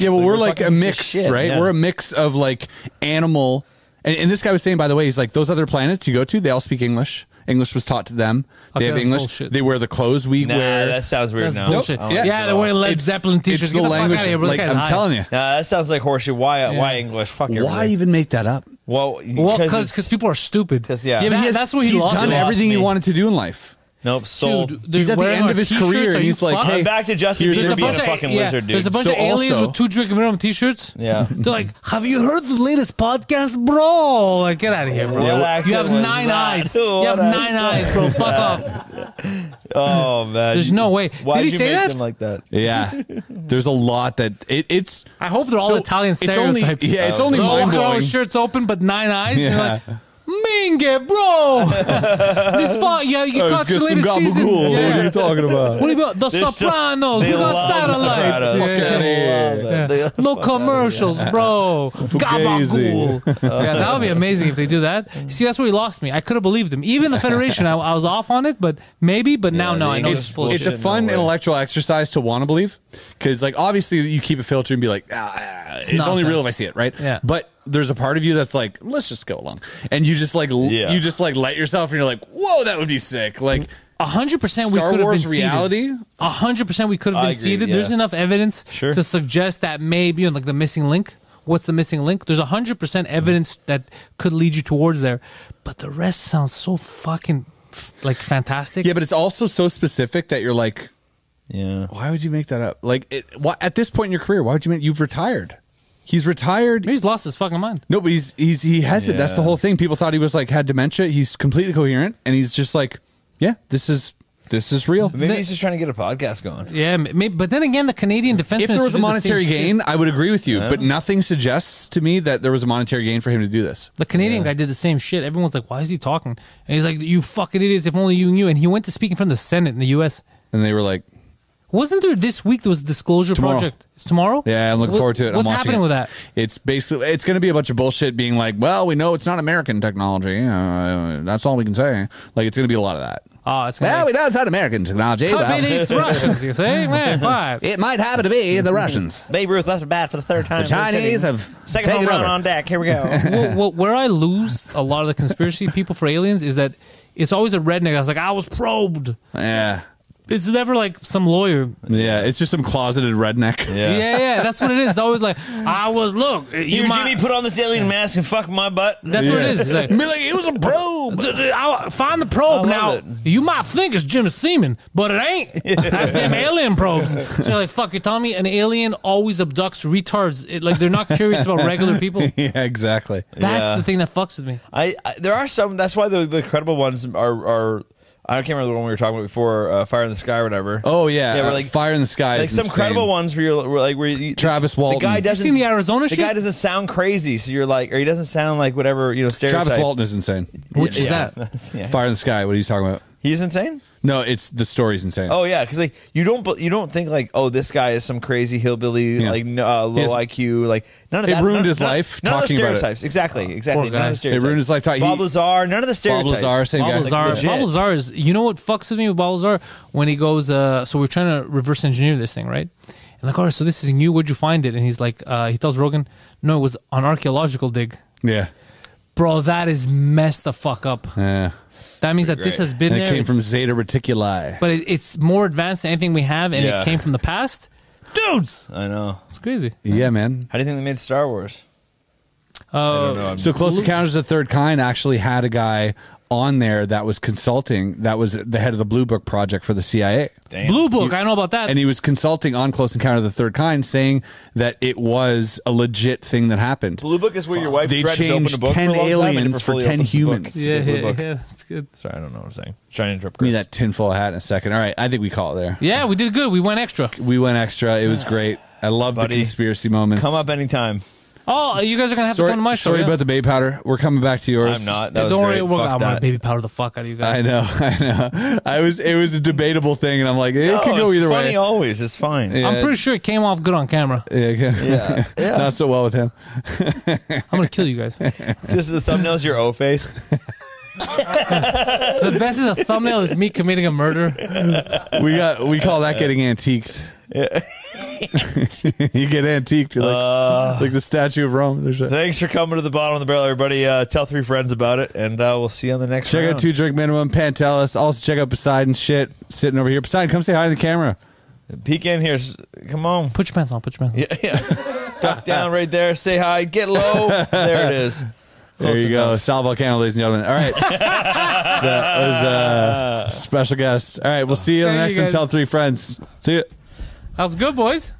Yeah, well,
Like,
we're
we're
like a
fucking
mix,
piece of shit,
right?
yeah.
We're a mix of like animal. And, and this guy was saying, by the way, he's like, those other planets you go to, they all speak English. English was taught to them.
Okay,
They have
that's
English.
bullshit.
They wear the clothes we
Nah,
wear.
that sounds weird
That's
now.
bullshit.
I don't
Yeah,
like that
they
at
wear
all.
Led
It's-
Zeppelin
it's
t-shirts. Get the fuck outta here, bro. This
Like,
guy's
I'm
high.
telling you.
Nah, that sounds like horseshit. Why? Why
Yeah.
English? Fuck
Why
everything.
even make that up?
Well,
Well,
because
because
it's-
people are stupid.
'Cause, yeah.
yeah
Yeah, but
that-
he has-
that's what he
he's
lost.
done
He lost
everything
me.
he wanted to do in life.
nope. Sold.
Dude, they're
He's at the
wearing
end
our
of his
t-shirts.
career,
Are
and
you
he's like,
fucked?
hey,
Hey, back to Justin
Here's
Bieber
your
being a
bunch of-
fucking lizard, dude.
There's a bunch
So
of aliens
also-
with two drink minimum t-shirts.
Yeah.
They're like, have you heard the latest podcast, bro? Like, get out of here, bro.
What
you
accent
have
was
nine
that?
eyes.
What
You have
accent?
nine eyes, bro. Fuck off.
oh man,
There's no way.
Why
Did he
you
say
make
that?
them like that?
Yeah, there's a lot that it, it's.
I hope they're all
So,
Italian
it's only-
stereotypes.
yeah, it's only
They're all
mind
walking around
blowing.
with shirts open, but nine eyes. and
Yeah.
they're like, Minge, bro. this fuck, yeah,
Oh,
you
Let's
got
get
the
some
latest season.
gabagool. What are
Yeah.
you talking about?
What about The
They're still-
Sopranos?
they
we got
love the
satellites.
Sopranos.
Fuck
Yeah.
outta here.
Love it. They-
No
fuck outta here.
commercials, bro. Gabagool. yeah, that would be amazing if they do that.
Mm.
See, that's where he lost me. I could have believed him. Even the Federation, I, I was off on it, but maybe, but now,
Yeah,
no,
the
I know
English
it's bullshit.
It's a
no
fun
way.
intellectual exercise to want to believe, because like obviously you keep it filtered and be like, ah, it's, only
nonsense.
real if I see it, right?
Yeah.
But there's a part of you that's like, let's just go along, and you just like, l-
Yeah.
you just like let yourself, and you're like, whoa, that would be sick. Like
A hundred percent, we
Star
could have
Wars
been seated.
reality?
A hundred percent, we could have
I
been
agree,
seated.
yeah.
There's enough evidence
Sure.
to suggest that maybe, like the missing link. What's the missing link? There's a hundred percent evidence that could lead you towards there, but the rest sounds so fucking f- like fantastic.
Yeah, but it's also so specific that you're like,
Yeah.
why would you make that up? Like, it, why, at this point in your career, why would you make? You've retired. He's retired.
Maybe he's lost his fucking mind.
No, but he's he's he has it. That's the
Yeah.
whole thing. People thought he was like had dementia. He's completely coherent, and he's just like, yeah, this is this is real.
Maybe he's just trying to get a podcast going.
Yeah, m- maybe, but then again, the Canadian defense.
If there was a monetary gain, I would agree with you, but nothing suggests to me that there was a monetary gain for him to do this.
the Canadian guy did the same shit. Everyone's like, "Why is he talking?" And he's like, "You fucking idiots! If only you knew." And he went to speaking from the Senate in the U.S.
And they were like,
Wasn't there this week? There was a disclosure
Tomorrow.
project. It's tomorrow.
yeah, I'm looking
Wha-
forward to it. I'm
What's
watching
happening
it.
with that?
It's basically it's going to be a bunch of bullshit being like, well, we know it's not American technology. Uh, that's all we can say. Like it's going to be a lot of that.
Oh, it's gonna
Well, we
be.
know it's not American technology.
Could be
Well,
these Russians, you say? Man, fuck.
it might happen to be the Russians.
Babe Ruth left the bat for the third time.
The Chinese have
Second home
taken
run
over.
on deck. Here we go.
Wha- wha- where I lose a lot of the conspiracy people for aliens is that it's always a redneck. I was like, I was probed.
Yeah.
It's never like some lawyer
Yeah, it's just some closeted redneck.
Yeah.
Yeah, yeah, that's what it is. It's always like I was. Look, you
Here,
might-
Jimmy, put on this alien mask and fuck my butt.
That's what it is. It's like,
Be like, it was a probe.
"D- d- I'll find the
I love
probe now.
it.
You might think it's Jim Seaman, but it ain't. That's them alien probes. So you're like, fuck, you're telling me an alien always abducts retards? It, like they're not curious about regular people.
yeah, exactly.
That's
Yeah.
the thing that fucks with me.
I, I there are some. That's why the the credible ones are are. I can't remember the one we were talking about before, uh, Fire in the Sky or whatever.
Oh yeah,
yeah. We're
uh,
like
fire in the sky.
like
is
some
insane.
credible ones where you're where like where you,
Travis
The
Walton.
guy
You
doesn't
seen the Arizona
The
shit?
guy doesn't sound crazy, so you're like, or he doesn't sound like whatever you know stereotype.
Travis Walton is insane.
Which is
Yeah.
that?
Yeah.
Fire in the sky. What are you talking about?
He's insane.
No, it's the story's insane.
Oh yeah, because like you don't bu- you don't think like oh this guy is some crazy hillbilly
Yeah.
like no, uh,
He
low
has-
IQ like none of
It
that.
ruined
none,
his
none-
life
None of the
talking about it.
stereotypes. Exactly. Exactly.
Poor
None of
guy.
the stereotypes.
ruined his life talking-
Bob
he-
Lazar. None of the
Bob
stereotypes.
Lazar, same
Bob
guy.
Lazar,
legit.
Bob Lazar is. You know what fucks with me with Bob Lazar when he goes. Uh, so we're trying to reverse engineer this thing, right? And like, all right, so this is new. Where'd you find it? And he's like, uh, he tells Rogan, no, it was on archaeological dig.
yeah,
Bro, that is messed the fuck up.
yeah.
That means that this has been
And
there,
it came
it's-
from Zeta Reticuli.
but it, it's more advanced than anything we have, and
Yeah.
it came from the past. Dudes,
I know.
it's crazy.
yeah, man.
How do you think they made Star Wars?
Uh,
know.
So Close Encounters of the Third Kind actually had a guy on there that was consulting. That was the head of the Blue Book project for the CIA.
Damn.
Blue Book, I know about that.
and he was consulting on Close Encounter of the Third Kind, saying that it was a legit thing that happened.
Blue Book is where your wife
They
tried to open
changed
a book for a
10
long time and
aliens
never
for
fully
10
opened the book.
humans.
It's
yeah,
the Blue
yeah,
Book.
yeah, that's good.
Sorry, I don't know what I'm saying. Trying to interrupt
Give
Chris.
me that tinfoil hat in a second. All right, I think we call it there.
Yeah, we did good. We went extra.
We went extra. It was great. I love the
Buddy,
conspiracy moments.
Come up anytime.
Oh, you guys are gonna have
Sorry,
to come to my show.
sorry
yeah.
about the baby powder. We're coming back to yours.
I'm not. That
Yeah,
was
don't
great.
worry, we're
Fuck
gonna, I'm gonna
that.
baby powder the fuck out of you guys.
I know, I know. I was. It was a debatable thing, and I'm like, it
No,
could go
it's
either
funny
way.
always. It's fine.
Yeah.
I'm pretty sure it came off good on camera.
yeah, okay.
Yeah. Yeah.
not so well with him.
I'm gonna kill you guys. the
Just the thumbnail's your O face.
best is a thumbnail is me committing a murder.
We got. We call that getting antiqued. you get antiqued. You're like, like the Statue of Rome. There's a,
Uh, Thanks for coming to the bottom of the barrel, everybody. Uh, tell three friends about it, and uh, we'll see you on the next
check
round.
out Two Drink Minimum, Pantelis. Also check out Poseidon shit sitting over here. Poseidon, come say hi to the camera.
Peek in here. S- Come on.
Put your pants on. Put your pants. on.
Yeah, yeah. Duck down right there. Say hi. Get low. There it is.
There
Close
you go.
enough.
Sal Volcano, ladies and gentlemen. All right. that was uh, special guest. All right. We'll see you on the
Thank
next
you,
one.
guys.
Tell three friends. See you.
That was good, boys.